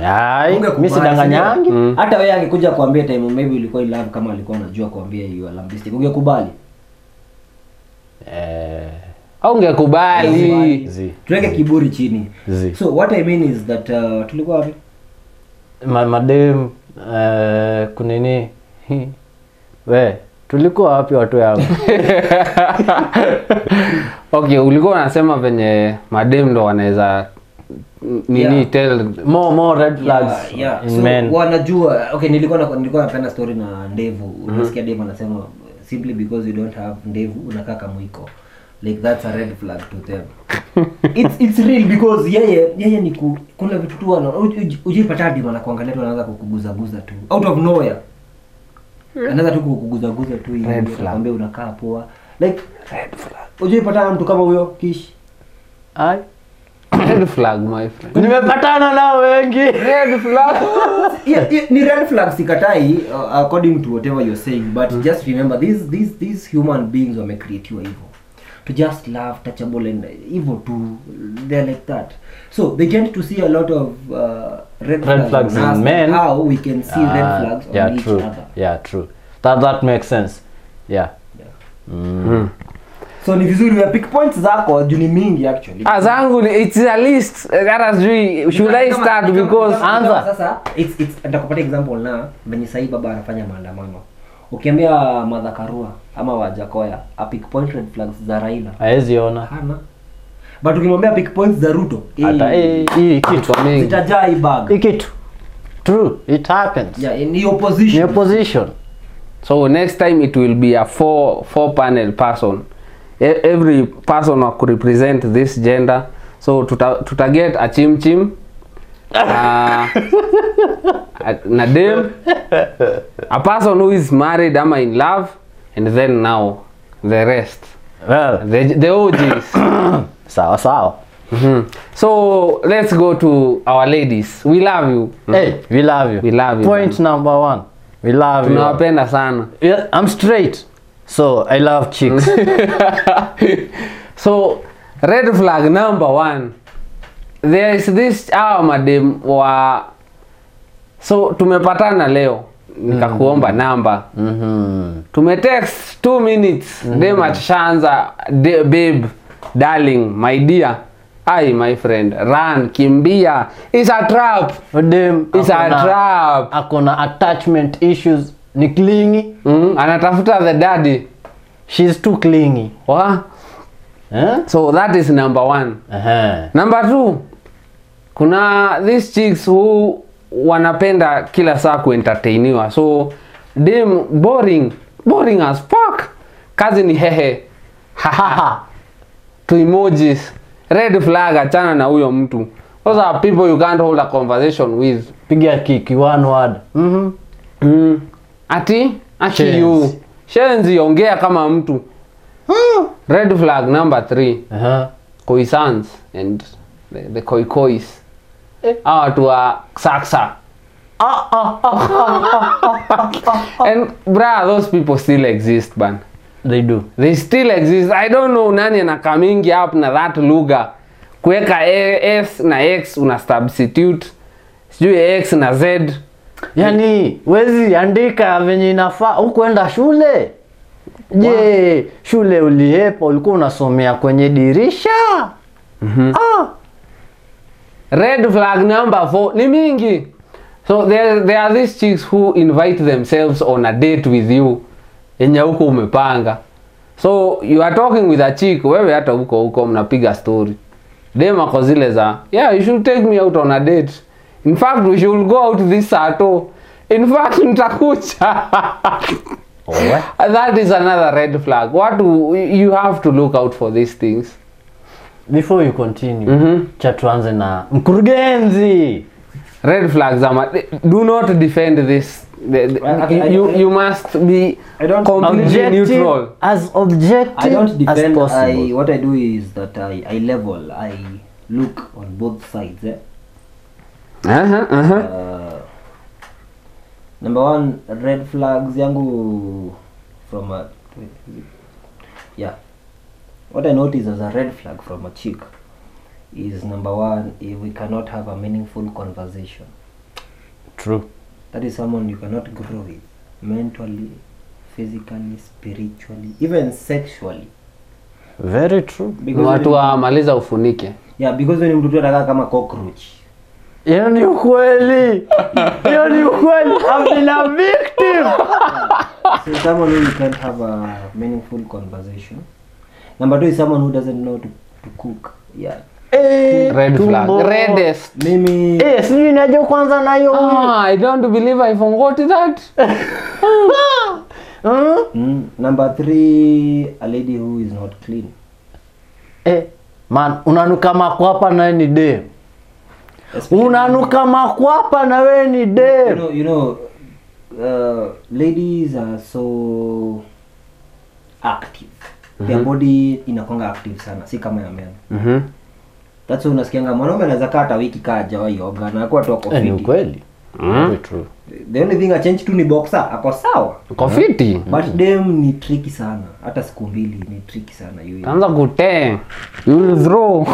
Speaker 1: Ai,
Speaker 3: Ungekubali,
Speaker 1: mi sidanganyangi. Mm.
Speaker 3: sindio? Mm. hata wewe angekuja kuambia time maybe ulikuwa in love kama alikuwa anajua kuambia you are lambistic ungekubali
Speaker 1: eh
Speaker 2: aungekubali
Speaker 1: zi
Speaker 3: tuweke kiburi chini
Speaker 1: zi
Speaker 3: so what i mean is that uh, tulikuwa wapi
Speaker 1: Ma- madem eh, kunini we tulikuwa wapi watu yangu
Speaker 2: okay ulikuwa unasema venye madem ndo wanaweza nini
Speaker 3: Yeah.
Speaker 2: tell
Speaker 1: more more red flags
Speaker 3: Yeah, yeah.
Speaker 2: Mm.
Speaker 1: in
Speaker 3: So,
Speaker 1: men
Speaker 3: wanajua okay nilikuwa na, nilikuwa napenda story na ndevu
Speaker 2: Mm-hmm.
Speaker 3: unasikia dem anasema simply because you don't have ndevu unakaa kamwiko like that's a red flag to them it's it's real because yeye yeye ni ku, kuna vitu tu ana uj- uj- ujipata dem anakuangalia tu anaanza kukuguzaguza tu out of nowhere anaanza tu kukuguzaguza tu hivi
Speaker 2: Red flag.
Speaker 3: anakuambia unakaa poa like red flag ujipata mtu kama huyo kish
Speaker 1: Ai,
Speaker 2: red flag my friend
Speaker 1: nimepatana nao wengi
Speaker 2: red flag
Speaker 3: yeah, yeah, ni red flag sikatai uh, according to whatever you're saying but mm. just remember these these these human beings wamecreatiwa hivyo to just love touchable and hivyo tu they're like that so they tend to see a lot of uh, red,
Speaker 1: Red flags
Speaker 3: on
Speaker 1: in
Speaker 3: us and
Speaker 1: men.
Speaker 3: how we can see
Speaker 1: Ah,
Speaker 3: red flags on
Speaker 1: yeah
Speaker 3: each
Speaker 1: true
Speaker 3: other
Speaker 1: yeah true that that makes sense yeah
Speaker 2: Hmm.
Speaker 1: Mm.
Speaker 3: so ni vizuri we pick points zako juu ni mingi actually
Speaker 2: Ah, zangu ni- it's a list hata sijui should i
Speaker 3: Kama-
Speaker 2: start
Speaker 3: kama-
Speaker 2: because
Speaker 3: kama- kama
Speaker 1: anza.
Speaker 3: sasa it's it's nitakupatia example na venye sahii baba anafanya maandamano ukiambia madhakarua ama wajakoya apick point red flags za raila
Speaker 1: haezi ona
Speaker 3: hana but ukimwambia pick points za ruto
Speaker 1: hata eh, hii hii kitu
Speaker 2: Kwa mingi.
Speaker 3: zitajaa hii bag
Speaker 1: hii kitu true it happens
Speaker 3: yeah, ni
Speaker 1: ni
Speaker 3: opposition
Speaker 1: opposition
Speaker 2: so next time it will be a four four panel person E- every person wa kurepresent this gender so tuta, tuta get a chimchim uh, na dem a person who is married ama in love and then now the rest
Speaker 1: well
Speaker 2: the, the OGs
Speaker 1: sawa sawa
Speaker 2: Mhm. so let's go to our ladies we love you
Speaker 1: hey we love you
Speaker 2: Mm. We love you,
Speaker 1: point number one we love you
Speaker 2: tunawapenda sana
Speaker 1: yeah, i'm straight so i love chicks
Speaker 2: so red flag number one there is this hawa madem wa so tumepatana leo nikakuomba namba
Speaker 1: mhm
Speaker 2: tumetext two minutes dem achashaanza "De- babe darling my dear ai my friend run kimbia is a trap
Speaker 1: dem
Speaker 2: is a
Speaker 1: akona-
Speaker 2: trap
Speaker 1: akona attachment issues ni clingy
Speaker 2: mm, anatafuta the daddy
Speaker 1: she's too clingy
Speaker 2: Wa?
Speaker 1: eh?
Speaker 2: so that is number one
Speaker 1: uh-huh.
Speaker 2: Number two, kuna these chicks who wanapenda kila saa kuentertainiwa. So dem boring, boring as fuck. Kazi ni hehe. Hahaha. Two emojis. Red flag achana na huyo mtu. Those are people you can't hold a conversation with.
Speaker 1: piga kiki one word mm-hmm.
Speaker 2: Mm. Ati achi
Speaker 1: Shenzi.
Speaker 2: you. Shenzi ongea kama mtu. Red flag number three
Speaker 1: uh-huh.
Speaker 2: koisans and the, the Ah, koikois hawa watu wa saksa and bra those people still exist ban
Speaker 1: they do
Speaker 2: they still exist i don't know nani ana coming up na that lugha kuweka A- s na x una substitute sijui x na z
Speaker 1: yani wezi andika venye inafaa hukuenda shule je shule uliepa ulikuwa unasomea kwenye dirisha ah.
Speaker 2: red flag number four ni mingi so there, there are these chicks who invite themselves on a date with you yenye huko umepanga so you are talking with a chick wewe hata huko huko mnapiga story dem ako zile za yeah you should take me out on a date in fact we should go out this sato in fact nitakucha
Speaker 1: Owe.
Speaker 2: that is another red flag what do, you have to look out for these things
Speaker 1: before you continue
Speaker 2: Mhm.
Speaker 1: cha tuanze na mkurugenzi
Speaker 2: red flags are ma- do not defend this The- the-
Speaker 3: Well, I- I-
Speaker 2: you, you must be
Speaker 3: I don't-
Speaker 2: completely
Speaker 1: objective
Speaker 2: neutral
Speaker 1: as objective
Speaker 3: I don't
Speaker 1: as
Speaker 3: defend.
Speaker 1: possible
Speaker 3: I what I do is that I, I level. I look on both sides. Eh?
Speaker 2: uh-huh, uh-huh.
Speaker 3: Uh, number one, red flags yangu from a yeah. What I notice as a red flag from a chick is number one, if we cannot have a meaningful conversation.
Speaker 1: true
Speaker 3: That is someone you cannot grow with mentally, physically, spiritually, even sexually.
Speaker 1: very true
Speaker 2: Ni
Speaker 3: Because
Speaker 2: watu wamaliza ufunike
Speaker 3: yeah, because wewe ni mtu tu atakaa kama cockroach.
Speaker 1: hiyo ni ukweli hiyo ni ukweli amina victim
Speaker 3: so someone who you can't have a meaningful conversation. Number two is someone who doesn't know to, to cook. Yeah.
Speaker 1: Eh,
Speaker 2: red flag
Speaker 1: tumbo.
Speaker 2: redest
Speaker 3: Mimi
Speaker 1: Eh, sijui inaje kwanza na hiyo
Speaker 2: ah, i don't believe i forgot that
Speaker 1: Mm.
Speaker 3: mm, number three, a lady who is not clean.
Speaker 1: Eh, man unanuka makwapa na wewe ni dem
Speaker 3: Especially-
Speaker 1: unanuka makwapa na wewe ni
Speaker 3: you
Speaker 1: dem
Speaker 3: know, you know, uh, ladies are so active.
Speaker 1: Mhm.
Speaker 3: Their body inakonga active sana, si kama ya men.
Speaker 1: Mm.
Speaker 2: mm-hmm.
Speaker 3: That's why unasikianga mwanaume anaweza kaa hata wiki kaa hajawahi oga na akuwa tu ako
Speaker 1: Eh, ni
Speaker 3: fiti.
Speaker 1: ukweli
Speaker 2: Mm-hmm.
Speaker 1: Very true
Speaker 3: The only thing a change tu ni boxer, ako sawa.
Speaker 2: kofiti
Speaker 3: but dem ni tricky sana hata siku mbili ni tricky sana you,
Speaker 2: taanza kutee you will throw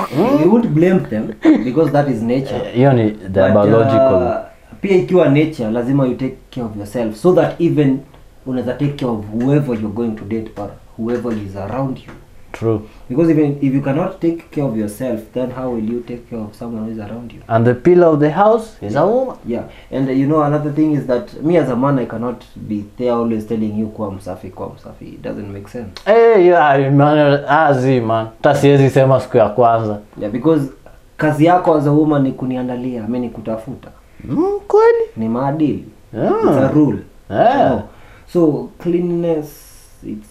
Speaker 3: you won't blame them because that is nature
Speaker 1: hiyo ni the
Speaker 3: But,
Speaker 1: biological
Speaker 3: uh, pia ikiwa nature lazima you take care of yourself so that even unaweza take care of whoever you're going to date or whoever is around you
Speaker 1: true
Speaker 3: because even if you cannot take care of yourself then how will you take care of someone who is around you
Speaker 1: and the pillar of the house is a woman
Speaker 3: yeah and uh, you know another thing is that me as a man i cannot be there always telling you kuwa msafi kuwa msafi it doesn't make sense
Speaker 1: hey, yeah, Eh, ah, man, azi man hata siwezi sema siku ya kwanza
Speaker 3: yeah because kazi yako as a woman ni kuniandalia mi ni kutafuta
Speaker 1: mm, kweli
Speaker 3: ni maadili
Speaker 1: Yeah.
Speaker 3: it's a rule
Speaker 1: Yeah.
Speaker 3: No. so cleanliness it's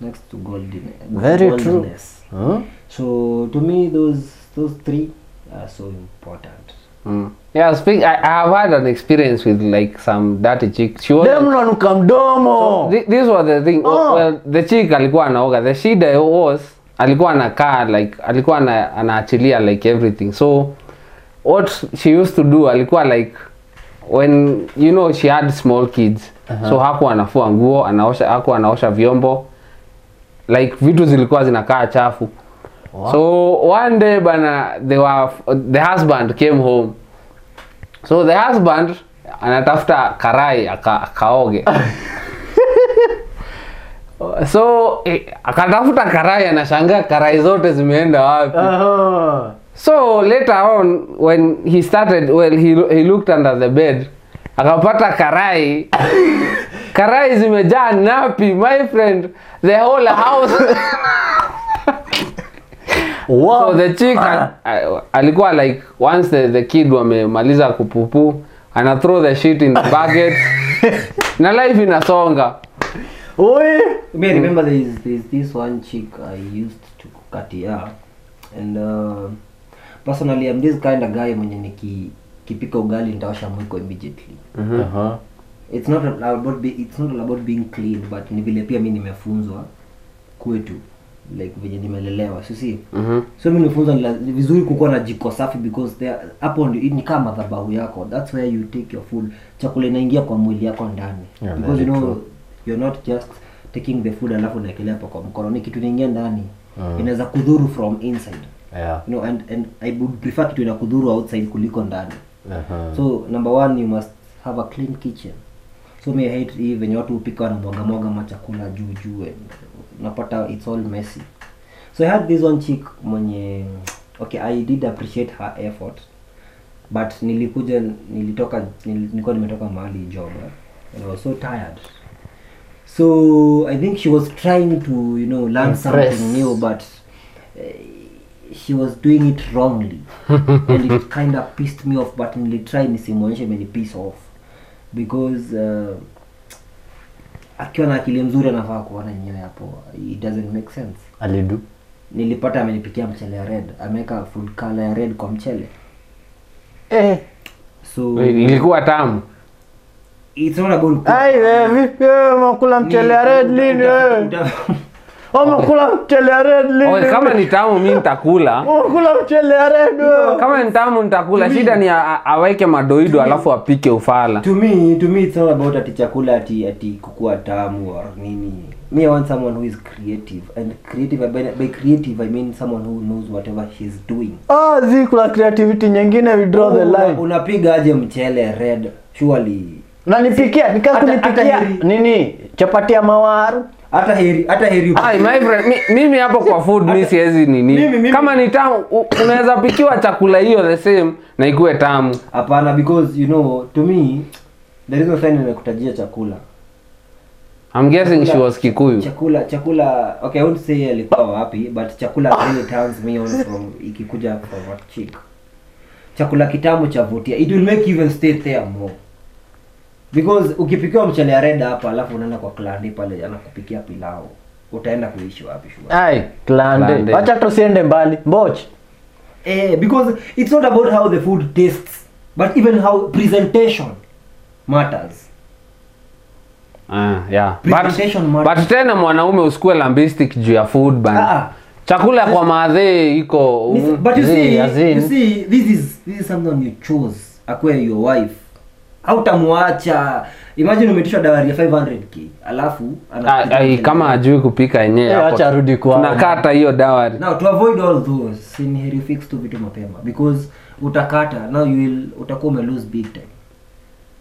Speaker 3: next to goldiness
Speaker 1: Very true.
Speaker 3: goldiness.
Speaker 1: mm?
Speaker 3: so to me those those three are so important
Speaker 2: Mm. Yeah, speak, I, I have had an experience with like some dirty chick. She was
Speaker 1: demnanuka mdomo
Speaker 2: Thi- this was the thing.
Speaker 1: Oh.
Speaker 2: Well, the chick alikuwa anaoga. The shida was alikuwa anakaa like alikuwa ana, anaachilia like everything. So what she used to do alikuwa like when you know she had small kids.
Speaker 1: Uh-huh.
Speaker 2: So hakuwa anafua nguo, anaosha hakuwa anaosha vyombo. Like vitu zilikuwa zinakaa chafu.
Speaker 1: Wow.
Speaker 2: So one day bana they were the husband came home. So the husband anatafuta karai aka, akaoge so eh, akatafuta karai anashangaa karai zote zimeenda wapi
Speaker 1: Ah. Aha.
Speaker 2: so later on when he started well he, lo- he looked under the bed akapata karai karai zimejaa napi my friend the whole house
Speaker 1: Wow.
Speaker 3: Oh.
Speaker 2: so the chick
Speaker 1: Ah,
Speaker 3: Ah.
Speaker 2: a- a- alikuwa like once the, the kid wamemaliza kupupu ana throw the shit in the bucket na life inasonga
Speaker 1: Oi.
Speaker 3: Me, I remember there is, there is this one chick I used to cut hair and uh, personally I'm this kind of guy mwenye niki kipika ugali nitaosha mwiko immediately.
Speaker 1: Aha.
Speaker 3: It's not about be, it's not all about being clean but ni vile pia mi nimefunzwa kwetu like venye nimelelewa so see
Speaker 2: Mhm.
Speaker 3: so mi nimefunzwa ni la- ni vizuri kukuwa na jiko safi because there hapo ndi- ni kama madhabahu yako that's where you take your food chakula inaingia kwa mwili yako ndani
Speaker 1: Yeah,
Speaker 3: because you
Speaker 1: very
Speaker 3: know
Speaker 1: true.
Speaker 3: you're not just taking the food alafu unaekelea hapo kwa mkono ni kitu inaingia ndani
Speaker 1: Mm.
Speaker 3: inaweza kudhuru from inside
Speaker 1: Yeah.
Speaker 3: you know and and i would prefer kitu ina kudhuru outside kuliko ndani
Speaker 1: Aha.
Speaker 3: so number one you must have a clean kitchen so me hate hii venye watu hupika wanamwaga mwaga machakula juu juu and unapata it's all messy so i had this one chick mwenye okay i did appreciate her effort but nilikuja nilitoka nil- nilikuwa nimetoka mahali job eh, and i was so tired so i think she was trying to you know learn
Speaker 1: Impress.
Speaker 3: something new but uh, she was doing it wrongly and it kind of pissed me off but nilitry nisimwonyeshe many piss off because uh, akiwa na akili mzuri anafaa kuona yenyewe hapo it doesn't make sense
Speaker 1: Alidu.
Speaker 3: nilipata amenipikia mchele ya red ameweka food color ya red kwa mchele
Speaker 1: Eh.
Speaker 3: so
Speaker 2: ilikuwa tamu
Speaker 3: it's not about cook.
Speaker 1: Ai wewe vipi wewe umekula mchele ya red lini wewe?
Speaker 3: Uta-
Speaker 1: Umekula mchele ya red lini?
Speaker 2: Oe, Oh, kama ni tamu mi nitakula
Speaker 1: umekula mchele ya red wewe.
Speaker 2: kama ni tamu nitakula shida ni a- a- aweke madoido alafu apike ufala
Speaker 3: to me to me it's not about ati chakula ati ati kukua tamu or nini me i want someone who is creative and creative by, by creative i mean someone who knows whatever she's doing
Speaker 1: Ah, zi kuna creativity nyingine we draw the
Speaker 3: Una-
Speaker 1: line.
Speaker 3: unapiga aje mchele red surely
Speaker 1: Unanipikia, nikaa
Speaker 3: Hata-
Speaker 1: kunipikia
Speaker 3: hata hili-
Speaker 1: nini? Chapati ya mawaru.
Speaker 3: hata heri hata heri
Speaker 2: Ai, my friend, mi, mimi hapo kwa food mi siwezi
Speaker 3: Mimi- mimi-
Speaker 2: nini kama ni tamu u- unaweza pikiwa chakula hiyo the same na ikuwe tamu
Speaker 3: hapana because you know to me the reason why nimekutajia chakula
Speaker 2: I'm guessing she was kikuyu
Speaker 3: chakula chakula okay i won't say alikuwa wapi but chakula really turns me on from ikikuja from a chick chakula kitamu cha vutia it will make you even stay there more because ukipikiwa mchele ya red hapa alafu unaenda kwa klandi pale anakupikia pilau utaenda kuishi wapi shua
Speaker 1: Ai, klande.
Speaker 2: Klande.
Speaker 1: Acha tusiende mbali. Mboch.
Speaker 3: eh, because it's not about how the food tastes but even how presentation matters
Speaker 2: Ah, yeah.
Speaker 3: Presentation
Speaker 2: but,
Speaker 3: matters.
Speaker 2: but tena mwanaume usikue lambistic juu ya food
Speaker 3: Ah, ah.
Speaker 2: bana chakula kwa madhee iko
Speaker 3: Miss- but you
Speaker 1: Zee,
Speaker 3: see,
Speaker 1: Mm-hmm. as in-
Speaker 3: you see, this is this is something you chose akwe your wife hautamwacha imagine umetishwa dawari ya 500k alafu
Speaker 1: Ah,
Speaker 2: Ai,
Speaker 3: anapita
Speaker 2: Ah, ai,
Speaker 3: mchele.
Speaker 2: kama ajui kupika yenyewe
Speaker 1: Eh,
Speaker 2: hapo.
Speaker 1: acha arudi kwao.
Speaker 2: tunakata hiyo dawari
Speaker 3: now to avoid all those ni heri fix tu vitu mapema because utakata now you will utakuwa ume lose big time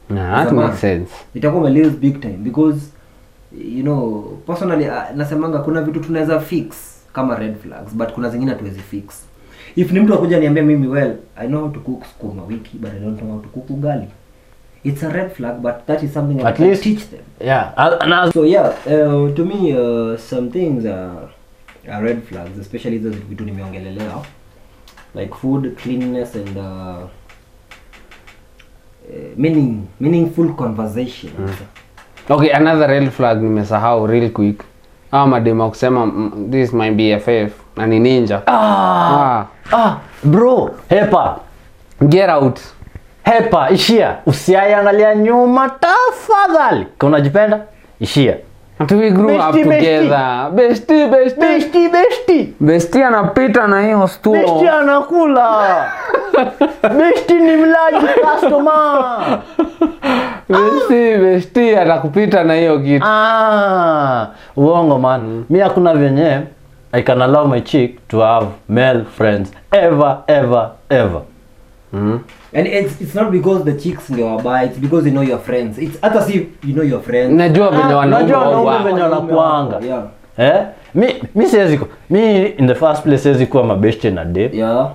Speaker 2: Nah, that
Speaker 3: Zamani.
Speaker 2: makes sense
Speaker 3: itakuwa ume lose big time because you know personally uh, nasemanga kuna vitu tunaweza fix kama red flags but kuna zingine hatuwezi fix if ni mtu akuja niambia mimi well i know how to cook sukuma wiki but i don't know how to cook ugali it's a red flag but that is something i
Speaker 1: At
Speaker 3: can
Speaker 1: least-
Speaker 3: teach them
Speaker 1: yeah uh, and as-
Speaker 3: so yeah uh, to me uh, some things are, are red flags especially hizo vitu nimeongelelea like food cleanliness and uh, eh, meaning meaningful conversation
Speaker 2: okay another red flag nimesahau real quick awa madema kusema "Mm, this might be ff na ni ninja
Speaker 1: ah,
Speaker 2: ah.
Speaker 1: ah bro hepa
Speaker 2: get out
Speaker 1: hepa ishia usiaiangalia nyuma tafadhali Kama unajipenda ishia
Speaker 2: Ati we grew
Speaker 1: Besti,
Speaker 2: up
Speaker 1: besti.
Speaker 2: together besti besti
Speaker 1: beshti beshti
Speaker 2: besti anapita na hiyo
Speaker 1: beshti
Speaker 2: stuo
Speaker 1: anakula beshti ni mlaji customer
Speaker 2: besti besti atakupita na hiyo kitu
Speaker 1: ah, uongo man mi hakuna venye i can allow my chick to have male friends ever ever ever
Speaker 2: mm.
Speaker 3: and it's, it's not because the chicks ndio wabaya it's because you know your friends it's hata si you know your friends
Speaker 2: najua venye
Speaker 1: Ah,
Speaker 2: wanaume
Speaker 1: najua wanaume
Speaker 2: wa-
Speaker 1: venye wanakuanga
Speaker 3: Yeah.
Speaker 1: eh? mi, mi siwezi ku- mi in the first place siwezi kuwa mabeshte na de
Speaker 3: yeah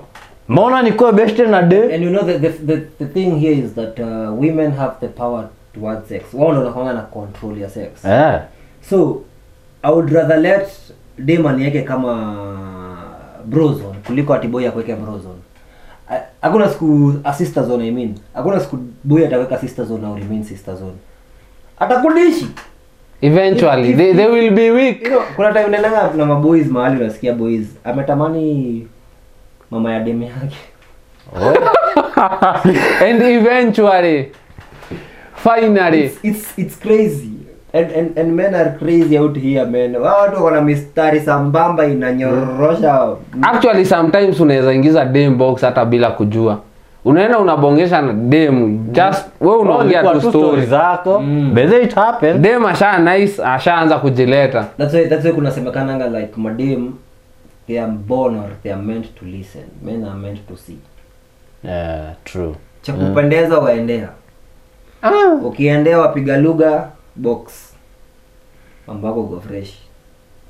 Speaker 1: maona nikuwa beshte na de
Speaker 3: and you know the, the, the, the thing here is that uh, women have the power towards sex wao ndio wanakuanga na control ya sex
Speaker 1: eh.
Speaker 3: so i would rather let demon yake kama brozon kuliko ati boy akuweke brozon A- hakuna siku a sister zone i mean hakuna siku boy ataweka sister zone au remain sister zone atakudishi
Speaker 2: eventually they, they will be weak
Speaker 3: you know, kuna time naendanga na maboys mahali unasikia boys ametamani mama ya demu yake
Speaker 2: and eventually finally
Speaker 3: it's it's crazy and and and men are crazy out here men Hao watu wana mistari sambamba inanyorosha
Speaker 2: actually sometimes unaweza ingiza dem box hata bila kujua unaenda unabongesha na dem just
Speaker 1: Oh,
Speaker 2: we unaongea
Speaker 1: Ulikuwa
Speaker 2: tu story
Speaker 1: zako mm. bethe it happened
Speaker 2: dem asha nice ashaanza kujileta
Speaker 3: that's why that's why kunasemekananga like madem they are born or they are meant to listen men are meant to see
Speaker 1: yeah, true
Speaker 3: cha kupendeza waendea ukiendea wapiga lugha box ambako uko fresh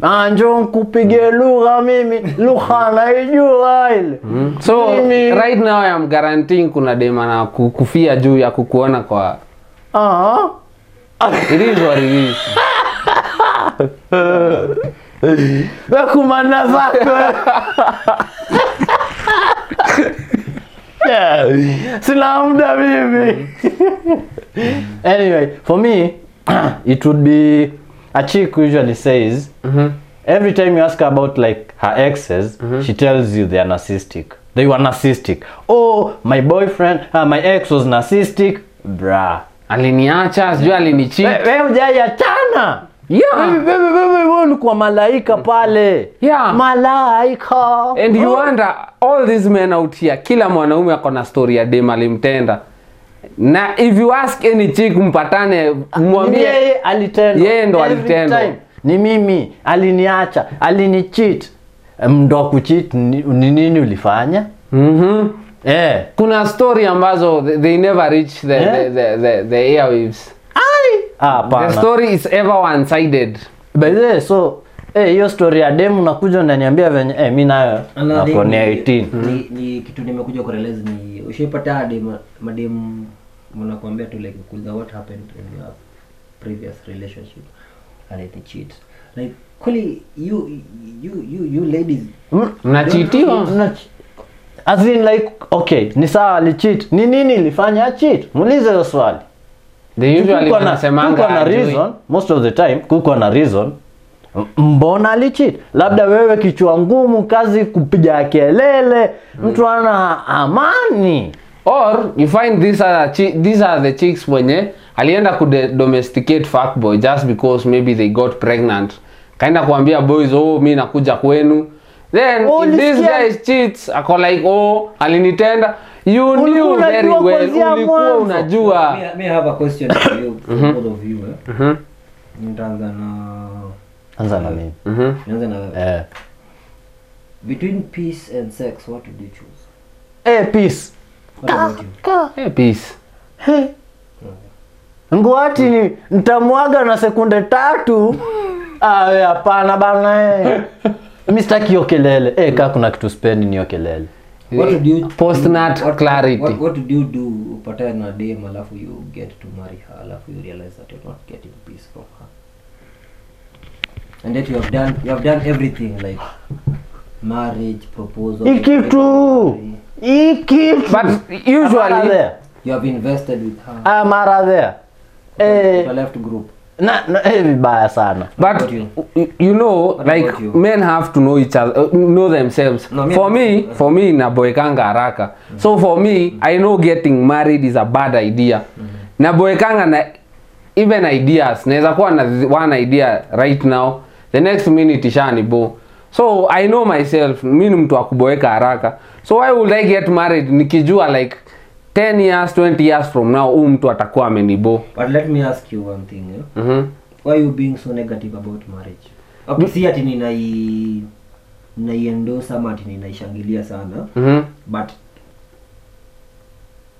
Speaker 1: Ah, njoo nkupige
Speaker 2: Mm.
Speaker 1: lugha mimi lugha naijua ile
Speaker 2: so
Speaker 1: Mimi-
Speaker 2: right now I am guaranteeing kuna dem ana ku- kufia juu ya kukuona kwa
Speaker 1: Ah.
Speaker 2: it is what it is
Speaker 1: wekumana zako Yeah. sina muda mimi anyway for me it would be a chick usually says
Speaker 2: Mhm.
Speaker 1: every time you ask her about like her exes she tells you they are narcissistic they were narcissistic oh my boyfriend uh, my ex was narcissistic brah
Speaker 2: aliniacha sijui
Speaker 1: We-
Speaker 2: alinichia
Speaker 1: we hujai achana
Speaker 2: Yeah.
Speaker 1: Wewe- wewe- wewe- wewe ulikuwa malaika pale
Speaker 2: Yeah.
Speaker 1: malaika
Speaker 2: and you
Speaker 1: Oh.
Speaker 2: wonder all these men out here kila mwanaume ako na story ya dem alimtenda na if you ask any chick mpatane
Speaker 1: Ni
Speaker 2: mwambie
Speaker 1: yeye alitendwa
Speaker 2: Yeye ndo
Speaker 1: Every
Speaker 2: alitendwa.
Speaker 1: time. ni mimi aliniacha Eh, alinichit mndo kuchit ni ni nini ulifanya
Speaker 2: Mhm.
Speaker 1: eh.
Speaker 2: kuna story ambazo they, they never reach the,
Speaker 1: Eh?
Speaker 2: the, the, the, the airwaves
Speaker 1: Ah,
Speaker 2: the
Speaker 1: hapana
Speaker 2: story is ever one sided
Speaker 1: by the way so eh, hiyo story ya demu nakuja unaniambia venye eh, mi nayo
Speaker 3: Another thing
Speaker 1: nakonea
Speaker 3: ni-
Speaker 1: 18
Speaker 3: ni, ni kitu nimekuja kurelez ni ushaipata ade ma- madem mnakuambia tu like kuuliza what happened in your previous relationship and they cheat like kweli you you you you ladies
Speaker 2: Hmm.
Speaker 1: Mm.
Speaker 2: mnachitiwa
Speaker 1: Mnachi- As in like okay ni sawa alichit ni nini ilifanya achit muulize hiyo swali
Speaker 2: they usually
Speaker 1: Kukuwa na-
Speaker 2: wanasemanga
Speaker 1: kukuwa na
Speaker 2: hajui.
Speaker 1: reason most of the time kukuwa na reason M- mbona alichit labda wewe kichwa ngumu kazi kupiga kelele mtu ana amani
Speaker 2: or you find these are, chi- these are the chicks wenye alienda kudomesticate fuckboy just because maybe they got pregnant kaenda kuambia boys oh mi nakuja kwenu then
Speaker 1: Oh,
Speaker 2: if this
Speaker 1: ulisikia-
Speaker 2: guy cheats ako like oh alinitenda you
Speaker 1: Ulikuwa
Speaker 2: knew very
Speaker 1: unajua
Speaker 2: well
Speaker 1: kuanzia
Speaker 2: ulikuwa
Speaker 1: mwanzo.
Speaker 2: unajua
Speaker 3: may, I- may I have a question for you for both of you eh?
Speaker 2: Mhm,
Speaker 3: nitaanza na
Speaker 1: anza na mimi
Speaker 2: mhm.
Speaker 3: nianze na wewe
Speaker 1: eh.
Speaker 3: uh, between peace and sex what did you choose
Speaker 1: eh, peace
Speaker 3: what about you
Speaker 2: Eh, peace
Speaker 1: He. nguati ni nitamwaga na sekunde tatu awe hapana bana eh. mi sitaki hiyo kelele eh kaa kuna kitu spendi ni hiyo kelele
Speaker 3: What would you-
Speaker 2: postnat
Speaker 3: what-
Speaker 2: clarity.
Speaker 3: what- what would you do upatane na dem alafu you get to marry her alafu you realize that you're not getting peace from her and that you have done you have done everything like marriage proposal
Speaker 1: hii kitu hii kitu
Speaker 2: But
Speaker 1: Am I
Speaker 2: usually-
Speaker 1: there?
Speaker 3: you have invested with her
Speaker 1: Am I there?
Speaker 3: you
Speaker 1: Ah, eh
Speaker 3: are left group
Speaker 1: na na eh vibaya sana
Speaker 2: but
Speaker 3: about you?
Speaker 2: you? you know
Speaker 3: What
Speaker 2: like
Speaker 3: about you?
Speaker 2: men have to know each other uh, know themselves
Speaker 3: No,
Speaker 2: no,
Speaker 3: me-
Speaker 2: for me for me naboekanga haraka mm. so for me mm. i know getting married is a bad idea mm. naboekanga na even ideas naweza kuwa na th- one idea right now the next minute ishanibo so i know myself mi ni mtu wa kuboeka haraka so why would i get married nikijua like 10 years 20 years from now huu mtu atakuwa amenibo
Speaker 3: but let me ask you one thing eh?
Speaker 2: mm -hmm.
Speaker 3: why you being so negative about marriage okay, si ati ninai ninaiendosa ama ati ninaishangilia sana
Speaker 2: mm -hmm.
Speaker 3: but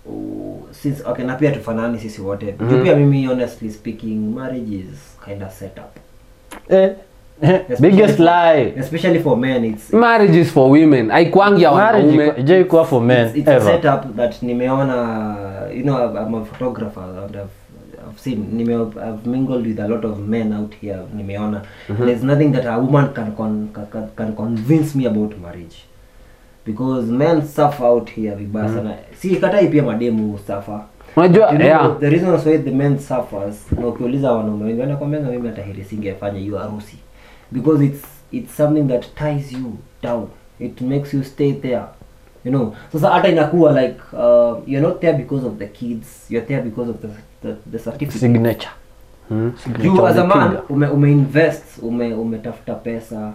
Speaker 3: oh, since okay na pia tufanani sisi wote
Speaker 1: Mm-hmm.
Speaker 3: juu pia mimi honestly speaking marriage is kind of set up
Speaker 1: eh
Speaker 3: Especially-
Speaker 1: biggest lie
Speaker 3: especially for men it's
Speaker 2: marriage is for women haikuangi ya
Speaker 1: marriage iko-
Speaker 2: wanaume
Speaker 1: ijai kuwa for men
Speaker 3: it's, it's a
Speaker 1: ever
Speaker 3: setup that nimeona you know I'm- I'm a photographer and I've, I've seen nime, I've mingled with a lot of men out here nimeona
Speaker 1: Mm-hmm.
Speaker 3: there's nothing that a woman can, con, can, can convince me about marriage because men suffer out here vibaya
Speaker 1: Mm-hmm.
Speaker 3: sana si katai pia mademu suffer
Speaker 2: unajua
Speaker 3: You know,
Speaker 2: yeah.
Speaker 3: the reason also why the men suffers na ukiuliza wanaume wengi wanakwambia mimi hata heri singefanya hiyo harusi because it's it's something that ties you down it makes you stay there you know sasa hata inakuwa like uh, you're not there because of the kids you're there because of the the, the certificate
Speaker 1: signature
Speaker 2: Hmm.
Speaker 3: you
Speaker 1: Cha
Speaker 3: as a man
Speaker 1: umekinga.
Speaker 3: ume, umeinvest ume umetafuta pesa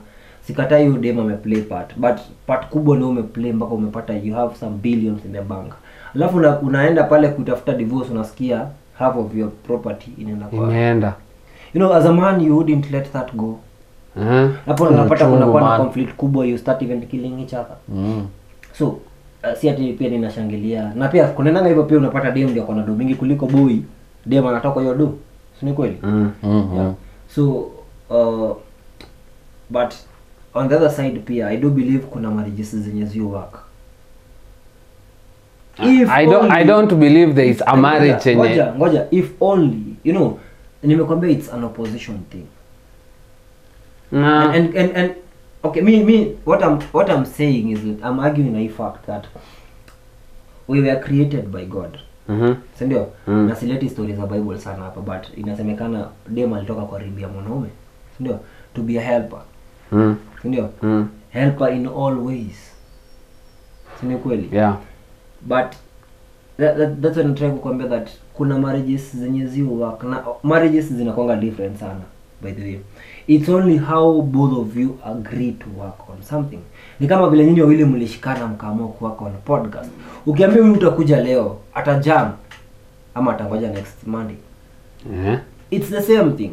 Speaker 3: sikatai hiyo dem ameplay part but part kubwa ni umeplay mpaka umepata you have some billions in the bank alafu una, unaenda pale kutafuta divorce unasikia half of your property inaenda kwa
Speaker 2: imeenda
Speaker 3: you know as a man you wouldn't let that go
Speaker 2: Eh.
Speaker 3: hapo
Speaker 1: Kuna
Speaker 3: unapata
Speaker 1: uchungu,
Speaker 3: kunakuwa na
Speaker 1: man.
Speaker 3: conflict kubwa you start even killing each other
Speaker 1: mm.
Speaker 3: so uh, si ati pia ninashangilia na pia kunaendanga hivyo pia unapata dem ndio akona do mingi kuliko boy dem anatoka hiyo do si ni kweli
Speaker 2: Mm.
Speaker 1: Mm-hmm.
Speaker 3: yeah. so uh, but on the other side pia i do believe kuna marriages zenye zio work If
Speaker 2: I don't, I
Speaker 3: only-
Speaker 2: don't believe there is a
Speaker 3: Ngoja,
Speaker 2: marriage yenye
Speaker 3: ngoja ngoja if only you know nimekwambia it's an opposition thing
Speaker 2: Nah.
Speaker 3: and, and, and okay me, me what I'm what I'm saying is that I'm arguing a fact that we were created by God
Speaker 2: Mhm.
Speaker 3: sindio
Speaker 2: Mm.
Speaker 3: na sileti story za bible sana hapa but inasemekana dem alitoka kwa ribia mwanaume sindio to be a helper
Speaker 2: Mm.
Speaker 3: sindio
Speaker 2: Mm.
Speaker 3: helper in all ways sini kweli
Speaker 2: Yeah.
Speaker 3: but that, that, that's what I'm trying kukwambia that kuna marriages zenye zi work na marriages zinakwanga different sana by the way it's only how both of you agree to work on something ni kama vile nyinyi wawili mlishikana mkaamua kuwork on podcast ukiambia huyu utakuja leo atajam ama atangoja next monday
Speaker 2: Eh.
Speaker 3: it's the same thing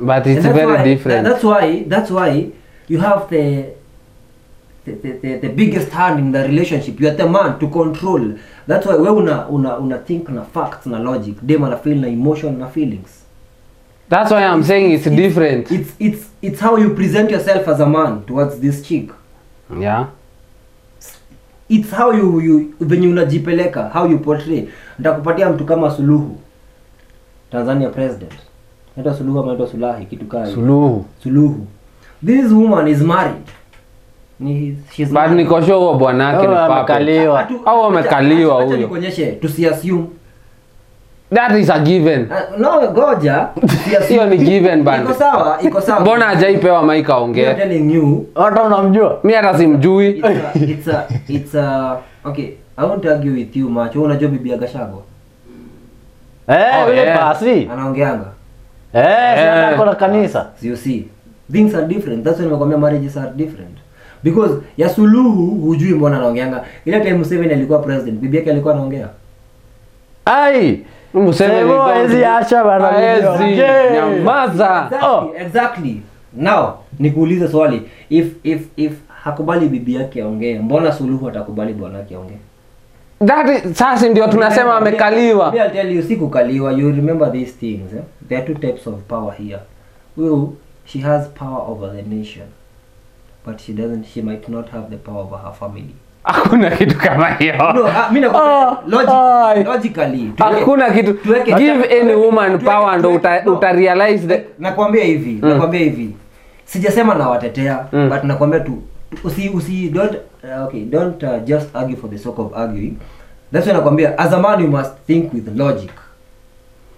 Speaker 2: But it's
Speaker 3: And that's
Speaker 2: very
Speaker 3: why,
Speaker 2: different.
Speaker 3: That, that's why that's why you have the the, the, the, the biggest hand in the relationship. You are the man to control. That's why we una una una think na facts na logic. Dem ana feel na emotion na feelings.
Speaker 2: That's why I'm saying it's different.
Speaker 3: It's it's it's how you present yourself as a man towards this chick.
Speaker 2: Yeah.
Speaker 3: It's how you you venye unajipeleka, how you portray. Nitakupatia mtu kama Suluhu. Tanzania president. Anaitwa Suluhu ama anaitwa Sulahi kitu kama hiyo.
Speaker 1: suluhu
Speaker 3: Suluhu. This woman is married. Ni, she's
Speaker 2: But niko sure huo bwanake
Speaker 1: Huyo
Speaker 3: Oh,
Speaker 2: ni pape.
Speaker 1: amekali-
Speaker 2: Au wamekaliwa huyo.
Speaker 3: Nikuonyeshe tusiassume.
Speaker 2: That is a given.
Speaker 3: Uh, no goja. tusiassume.
Speaker 2: Hiyo ni given bana.
Speaker 3: Iko sawa, iko sawa.
Speaker 2: Mbona hajaipewa mic
Speaker 3: We are
Speaker 2: aongee?
Speaker 3: telling you
Speaker 1: hata unamjua
Speaker 2: Mi hata simjui.
Speaker 3: it's a, it's a, it's a okay, I won't argue with you much. Wewe unajua bibi ya Gashago?
Speaker 1: eh
Speaker 2: Oh,
Speaker 1: yule
Speaker 2: yeah.
Speaker 1: pasi
Speaker 3: Anaongeanga.
Speaker 1: eh si
Speaker 2: Eh.
Speaker 1: anako na kanisa
Speaker 3: So you see, things are different. That's why nimekwambia marriages are different. Because ya Suluhu hujui mbona anaongeanga. Ile time Museveni alikuwa president, bibi yake alikuwa anaongea.
Speaker 1: ai
Speaker 2: Museveni
Speaker 1: Sema
Speaker 2: don't-
Speaker 1: hawezi acha bana.
Speaker 2: Hawezi.
Speaker 1: Yeah.
Speaker 2: Nyamaza.
Speaker 3: Exactly, exactly. Now nikuulize swali if if if hakubali bibi yake aongee mbona suluhu atakubali bwana yake aongee
Speaker 2: That is, sasa ndio tunasema
Speaker 3: Me,
Speaker 2: amekaliwa.
Speaker 3: I'll tell you si kukaliwa you remember these things eh? there are two types of power here huyu she has power over the nation but she doesn't she might not have the power over her family
Speaker 2: hakuna kitu kama hiyo
Speaker 3: no, ah, mimi
Speaker 1: Ah,
Speaker 3: nakwambia,
Speaker 1: ah,
Speaker 3: logically, logically tuweke-
Speaker 2: hakuna kitu
Speaker 3: tuweke-
Speaker 2: give any
Speaker 3: tuweke-
Speaker 2: woman
Speaker 3: tuweke-
Speaker 2: power ndo
Speaker 3: tuweke-
Speaker 2: uta,
Speaker 3: no.
Speaker 2: uta realize the,
Speaker 3: nakwambia hivi nakwambia hivi sijasema nawatetea
Speaker 2: Mm.
Speaker 3: but nakwambia tu usi usi don't uh, okay don't uh, just argue for the sake of arguing that's why nakwambia as a man you must think with logic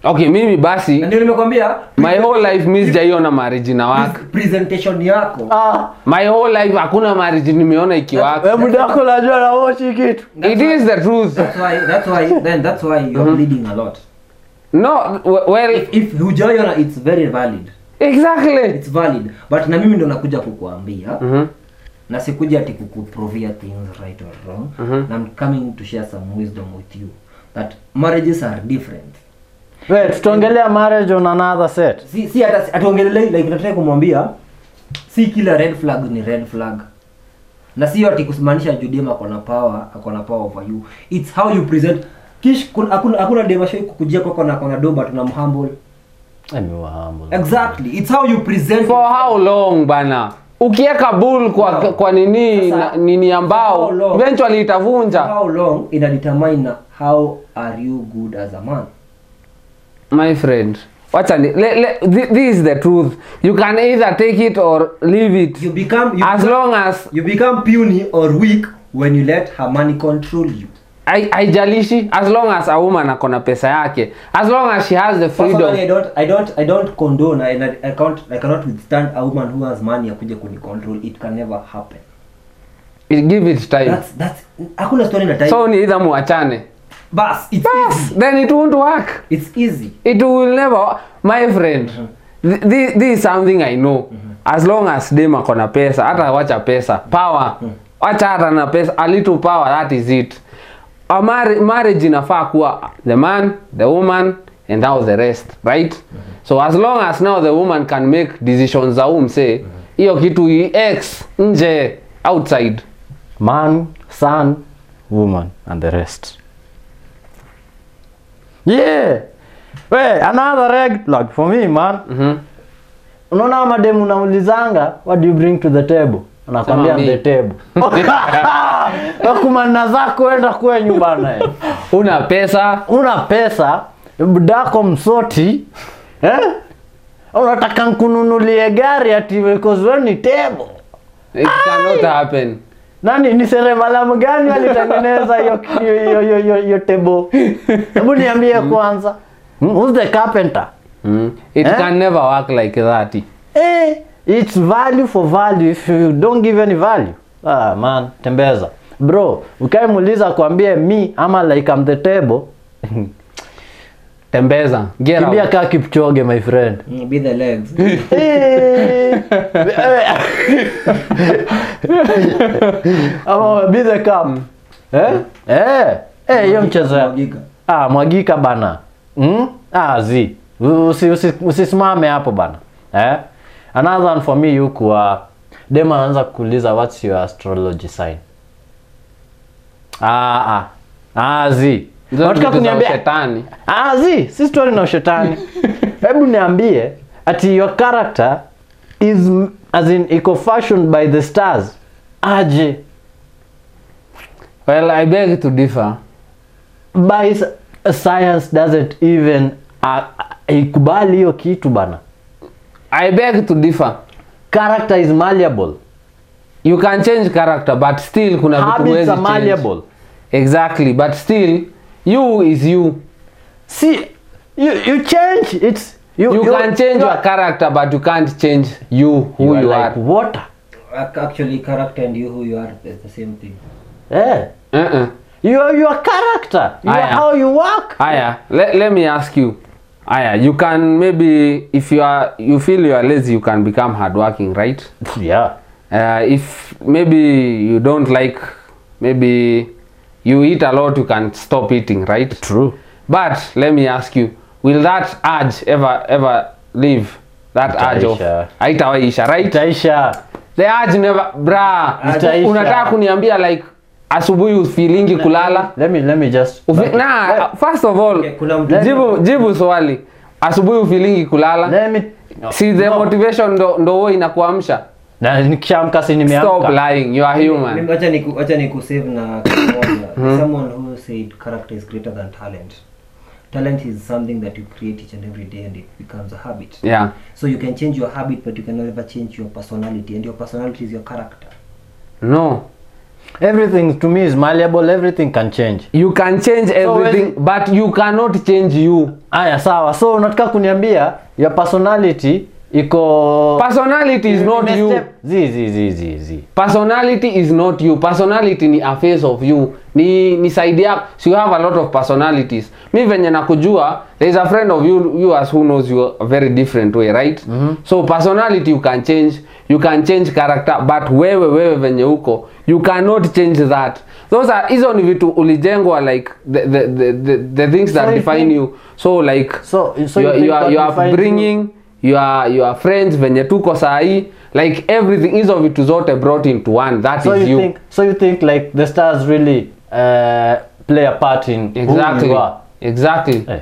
Speaker 2: okay mimi basi
Speaker 3: na ndio nimekwambia
Speaker 2: my whole life mi sijaiona marriage na waka
Speaker 3: presentation yako
Speaker 1: Ah,
Speaker 2: my whole life hakuna marriage nimeona ikiwaka
Speaker 1: wewe muda wako unajua na washi kitu.
Speaker 2: it is the truth
Speaker 3: that's why that's why then that's why you're bleeding a lot
Speaker 2: no w- well
Speaker 3: if, if hujaiona it's very valid
Speaker 2: exactly
Speaker 3: it's valid but na mimi ndo nakuja kukuambia
Speaker 2: Mhm.
Speaker 3: na sikuja ati kukuprovia things right or wrong na I'm coming to share some wisdom with you that marriages are different
Speaker 1: Wait, tutaongelea marriage on another set.
Speaker 3: si si hata atuongelelei like nataka kumwambia si kila red flag ni red flag na sio ati kusimaanisha judema ako na power ako na power over you it's how you present kish kun- hakuna hakuna dema show kukujia kwako na kona doba tuna mhumble
Speaker 1: Eh,
Speaker 3: exactly it's how you present
Speaker 2: for how long bana ukieka bull kwa,
Speaker 3: No.
Speaker 2: kwa nini
Speaker 3: Sasa,
Speaker 2: na, nini ambao
Speaker 3: how long?
Speaker 2: eventually itavunja
Speaker 3: how long ina determine na how are you good as a man
Speaker 2: my friend wacha ni- le, le, thi- this is the truth you can either take it or leave it
Speaker 3: you become you,
Speaker 2: as long as
Speaker 3: you become puny or weak when you let her money control you
Speaker 2: hai- haijalishi as long as a woman akona pesa yake as long as she has the freedom
Speaker 3: Personally, I don't, I don't, I don't condone and I, I can't, I cannot withstand a woman who has money akuje kuni control. It can never happen.
Speaker 2: it- give it time
Speaker 3: That's that's hakuna story na time.
Speaker 2: so ni either muachane
Speaker 3: Bas, it's
Speaker 2: Yes,
Speaker 3: easy.
Speaker 2: then it won't work
Speaker 3: It's easy.
Speaker 2: it will never my friend th- thi- this is something i know
Speaker 1: Mm-hmm.
Speaker 2: as long as dem akona pesa hata wacha pesa power
Speaker 1: Mm-hmm.
Speaker 2: wacha hata na pesa a little power that is it a mar- marriage inafaa kuwa the man the woman and now the rest right
Speaker 1: Mm-hmm.
Speaker 2: so as long as now the woman can make decisions za huu msee
Speaker 1: Mm-hmm.
Speaker 2: hiyo kitu i- x nje outside
Speaker 1: Man, son, woman and the rest. Yeah. Wait, another red flag for me, man.
Speaker 2: Mhm.
Speaker 1: unaona mademu unaulizanga what do you bring to the table anakwambia
Speaker 2: Sema
Speaker 1: "I'm the
Speaker 2: me."
Speaker 1: table wakumana zako enda kwenyu bana eh.
Speaker 2: una pesa
Speaker 1: una pesa budako msoti eh? unataka nkununulie gari ati because wewe ni table
Speaker 2: it cannot happen
Speaker 1: nani ni seremalamu gani alitengeneza hiyo hiyo- hiyo- hiyo- hiyo- hiyo table hebu niambie kwanza Hmm, who's the carpenter
Speaker 2: mm. it
Speaker 1: Eh?
Speaker 2: can never work like that
Speaker 1: Eh, it's value for value if you don't give any value. Ah, man, tembeza. Bro, ukaimuuliza akwambie me ama like I'm the table.
Speaker 2: tembeza get
Speaker 1: Kimbia
Speaker 2: out.
Speaker 1: kaa Kipchoge my friend.
Speaker 3: Mm, Be the legs.
Speaker 1: Eh. Ama be the cup. Eh? Eh. Eh, hiyo mchezo ya.
Speaker 3: Mwagika.
Speaker 1: Ah, mwagika bana. Mm? Ah, zi. Usi- usi- Usisimame hapo bana. Eh? Another one for me yuko uh, dema anaanza kukuuliza what's your astrology sign. Ah ah. Ah zi.
Speaker 2: Hizo
Speaker 1: Unataka
Speaker 2: vitu za
Speaker 1: kuniambia
Speaker 2: ushetani.
Speaker 1: Ah zi, si story na ushetani. Hebu niambie ati your character is m- as in iko fashioned by the stars. Aje.
Speaker 2: Well, I beg to differ.
Speaker 1: by s- science doesn't even uh, ikubali hiyo kitu bana
Speaker 2: I beg to differ.
Speaker 1: character is malleable
Speaker 2: You can change character, but still kuna vitu
Speaker 1: habits
Speaker 2: huwezi
Speaker 1: are
Speaker 2: change.
Speaker 1: malleable
Speaker 2: Exactly, but still you is you.
Speaker 1: see you, you change it's you,
Speaker 2: You can change your
Speaker 1: are-
Speaker 2: character, but you can't change you who
Speaker 1: you
Speaker 2: you,
Speaker 1: are
Speaker 2: are.
Speaker 1: like water
Speaker 3: Ac- Actually, character and you who you are is the same thing.
Speaker 1: eh
Speaker 2: Uh-uh.
Speaker 1: you are your character you are
Speaker 2: Aya.
Speaker 1: how you work
Speaker 2: Aya, let, let me ask you. Aya, you can maybe if you are you feel you are lazy, you can become hardworking, right?
Speaker 1: yeah
Speaker 2: uh, if maybe you don't like maybe you eat a lot you can stop eating right
Speaker 1: true
Speaker 2: but let me ask you will that urge ever ever leave that urge of
Speaker 1: Itaisha.
Speaker 2: aitawaisha right
Speaker 1: itaisha
Speaker 2: the urge never bra
Speaker 1: Itaisha.
Speaker 2: unataka kuniambia like asubuhi ufilingi kulala
Speaker 1: let me let me just
Speaker 2: Ufi, na first of all
Speaker 3: Okay, kuna mtu-
Speaker 2: jibu jibu swali asubuhi ufilingi kulala
Speaker 1: let me
Speaker 2: si the motivation ndo ndo huo inakuamsha
Speaker 1: na nikishaamka si
Speaker 2: stop
Speaker 1: nimeamka
Speaker 2: lying you are human Hmm.
Speaker 3: Mimi acha niku acha nikusave na kitu moja. someone who said character is greater than talent talent is something that you create each and every day and it becomes a habit
Speaker 2: yeah
Speaker 3: so you can change your habit but you can never change your personality and your personality is your character
Speaker 2: no
Speaker 1: everything to me is malleable everything can change
Speaker 2: you can change everything but you cannot change you
Speaker 1: aya sawa so unataka kuniambia your personality iko
Speaker 2: personality is not you
Speaker 1: Imestep- zi zi zi zi zi
Speaker 2: personality is not you personality ni a face of you ni, ni side yako so you have a lot of personalities mi venye nakujua there is a friend of you, you as who knows you a very different way right mm
Speaker 1: Mm-hmm.
Speaker 2: -hmm. so personality you can change you can change character but wewe wewe venye uko you cannot change that those are hizo ni vitu ulijengwa like the, the, the, the, the things that
Speaker 1: So you
Speaker 2: define
Speaker 1: think-
Speaker 2: you so like
Speaker 1: So- so you
Speaker 2: you, are- you
Speaker 1: think
Speaker 2: are,
Speaker 1: that
Speaker 2: you
Speaker 1: if I
Speaker 2: are
Speaker 1: do-
Speaker 2: bringing your your friends venye tuko sahii like everything hizo vitu zote brought into one that
Speaker 1: so
Speaker 2: is
Speaker 1: you
Speaker 2: you
Speaker 1: think so you think like the stars really uh, play a part in who you
Speaker 2: exactly
Speaker 1: are?
Speaker 2: exactly
Speaker 1: Eh.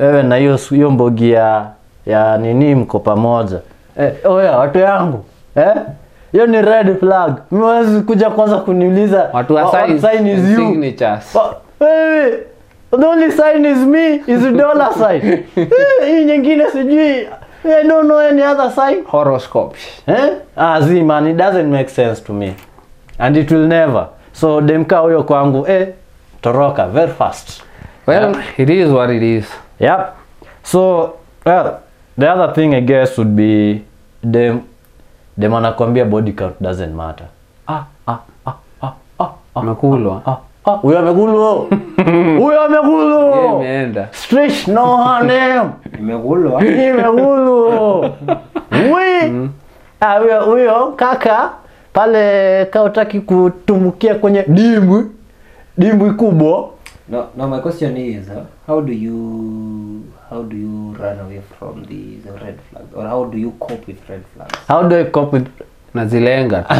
Speaker 1: wewe na hiyo su- hiyo mbogi ya ya nini mko pamoja eh, oya watu yangu eh? hiyo ni red flag miwezi kuja kwanza kuniuliza
Speaker 2: watu wa
Speaker 1: "What- what
Speaker 2: signs
Speaker 1: sign
Speaker 2: and
Speaker 1: is you?"
Speaker 2: signatures
Speaker 1: Wa- wewe the only sign is me is dollar sign Eh, hii nyingine sijui I don't know any other sign
Speaker 2: horoscopes
Speaker 1: Eh? Ah, zi man, it doesn't make sense to me. And it will never. So demka huyo kwangu eh, toroka very fast.
Speaker 2: well it is what it is
Speaker 1: Yep. So, well, the other thing I guess would be dem dem anakuambia body count doesn't matter. Ah, ah, ah, ah, ah, ah,
Speaker 2: umekulwa
Speaker 1: ah, ah. Huyo amegulu. Huyo
Speaker 2: Yeah,
Speaker 1: amegulu.
Speaker 2: imeenda
Speaker 1: Stretch no her name.
Speaker 3: nimegulwa
Speaker 1: Nimegulu.
Speaker 2: Mm.
Speaker 1: Wi. Ah, huyo huyo kaka pale kautaki kutumukia kwenye dimbwi dimbwi kubwa
Speaker 3: no no my question is uh, how do you how do you run away from the, the red flag or how do you cope with red flags
Speaker 1: how do I cope with
Speaker 2: nazilenga tu.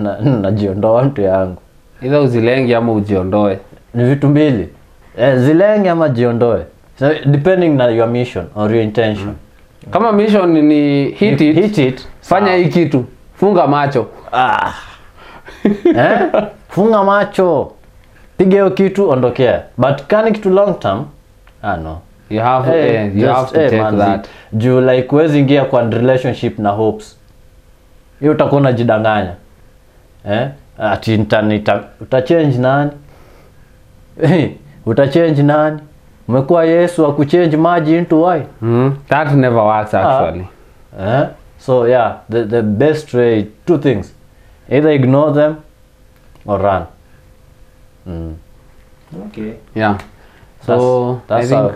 Speaker 1: na najiondoa mtu yangu
Speaker 2: either uzilengi ama ujiondoe
Speaker 1: ni vitu mbili eh, zilenge ama jiondoe so, depending na your mission or your intention
Speaker 2: kama mission ni Mm. hit
Speaker 1: You
Speaker 2: it,
Speaker 1: hit it
Speaker 2: fanya
Speaker 1: sawa.
Speaker 2: hii kitu funga macho
Speaker 1: ah. eh? funga macho piga hiyo kitu ondokea but kani kitu long term ah, no
Speaker 2: you have, eh, you
Speaker 1: just,
Speaker 2: have to
Speaker 1: eh,
Speaker 2: take
Speaker 1: manzi.
Speaker 2: that
Speaker 1: juu like huwezi ingia kwa relationship na hopes hiyo utakuwa unajidanganya eh? ati nita- nita- utachange nani utachange nani umekuwa yesu akuchange maji into wine
Speaker 2: mm that never
Speaker 1: Ah.
Speaker 2: works actually
Speaker 1: eh? so yeah the, the best way two things either ignore them or run mm.
Speaker 3: okay
Speaker 2: yeah so
Speaker 1: that's, that's,
Speaker 2: i think
Speaker 1: how,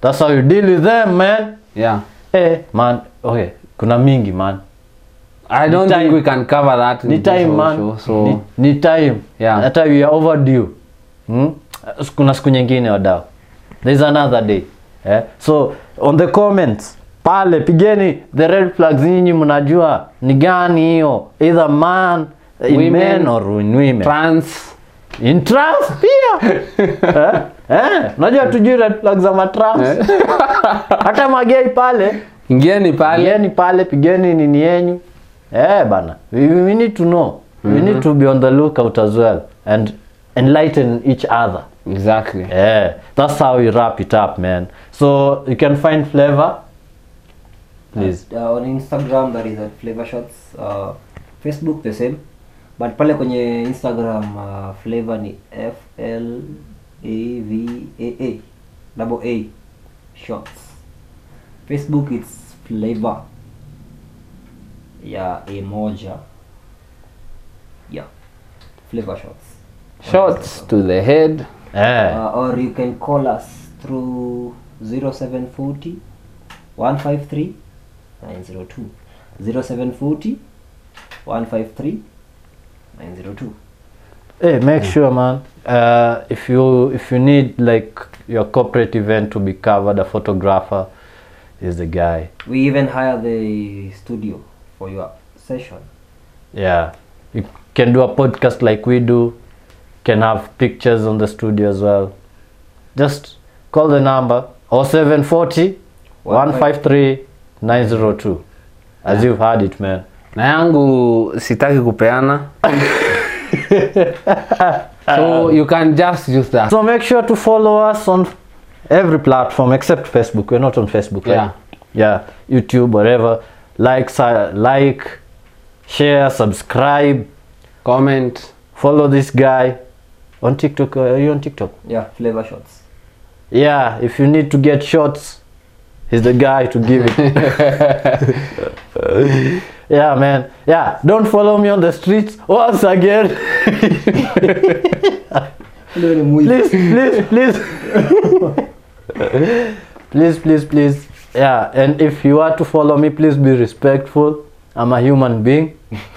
Speaker 1: that's how you deal with them man
Speaker 2: yeah
Speaker 1: eh, man okay kuna mingi man
Speaker 2: i don't
Speaker 1: Ni
Speaker 2: think
Speaker 1: time.
Speaker 2: we can cover that in
Speaker 1: ni
Speaker 2: this
Speaker 1: time
Speaker 2: whole
Speaker 1: man
Speaker 2: show, so
Speaker 1: ni, ni time
Speaker 2: Yeah.
Speaker 1: hata we are overdue hmm? kuna siku nyingine wadao there is another day eh? so on the comments pale pigeni the red flags nyinyi mnajua ni gani hiyo either man in
Speaker 2: Women.
Speaker 1: men or in women
Speaker 2: trans
Speaker 1: in trans pia eh? eh? unajua tujui red flags za matrans
Speaker 2: Eh.
Speaker 1: hata magei pale
Speaker 2: ingieni pale
Speaker 1: pigeni pale pigeni nini yenyu eh bana we, we we need to know we need to be on the lookout as well and enlighten each other
Speaker 2: exactly
Speaker 1: yeah that's how we wrap it up man so you can find flavor please
Speaker 3: uh, on instagram that is at flavor shots uh, facebook the same but pale kwenye instagram uh, flavor ni f l a v a a double a shots facebook it's flavor ya a moja yeah flavor shots
Speaker 2: shots to the head
Speaker 1: yeah
Speaker 3: uh, or you can call us through 0740 153 902 0740 153 902
Speaker 1: hey Eh, make sure man uh, if you if you need like your corporate event to be covered a photographer is the guy
Speaker 3: we even hire the studio for your session
Speaker 1: yeah you can do a podcast like we do can have pictures on the studio as well just call the number 0740 153 902 as you've had it man
Speaker 2: na yangu sitaki kupeana so you can just use that
Speaker 1: So make sure to follow us on every platform except Facebook. We're not on Facebook, right? Yeah. YouTube, whatever. Like, si- like, share, subscribe.
Speaker 2: comment
Speaker 1: Follow this guy on TikTok. Are you on TikTok?
Speaker 3: yeah flavor shots
Speaker 1: Yeah. If you need to get shots, he's the guy to give it. yeah, man. Yeah. Don't follow me on the streets Oh, once again.
Speaker 3: Leo ni mwizi.
Speaker 1: please, please, please. please, please, please. Yeah, and if you are to follow me, please be respectful. I'm a human being.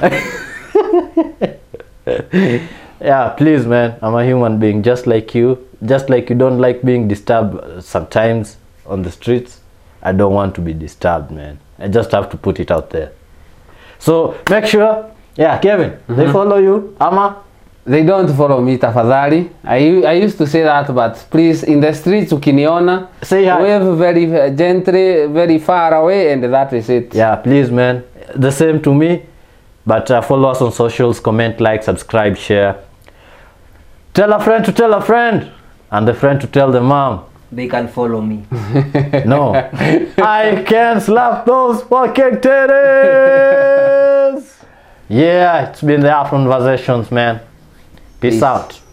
Speaker 1: yeah, please, man. I'm a human being, just like you. Just like you don't like being disturbed uh, sometimes on the streets. I don't want to be disturbed, man. I just have to put it out there. So make sure, yeah, Kevin, they follow you. Ama,
Speaker 2: they don't follow me tafadhali I, u- I used to say that but please in the streets ukiniona
Speaker 1: Say hi.
Speaker 2: wave very uh, gently very far away and that is it
Speaker 1: yeah please man the same to me but uh, follow us on socials comment like subscribe share tell a friend to tell a friend and the friend to tell the mom
Speaker 3: they can follow me
Speaker 1: no i can slap those fucking titties yeah it's been the afternoon conversations man peace,
Speaker 2: Peace.
Speaker 1: out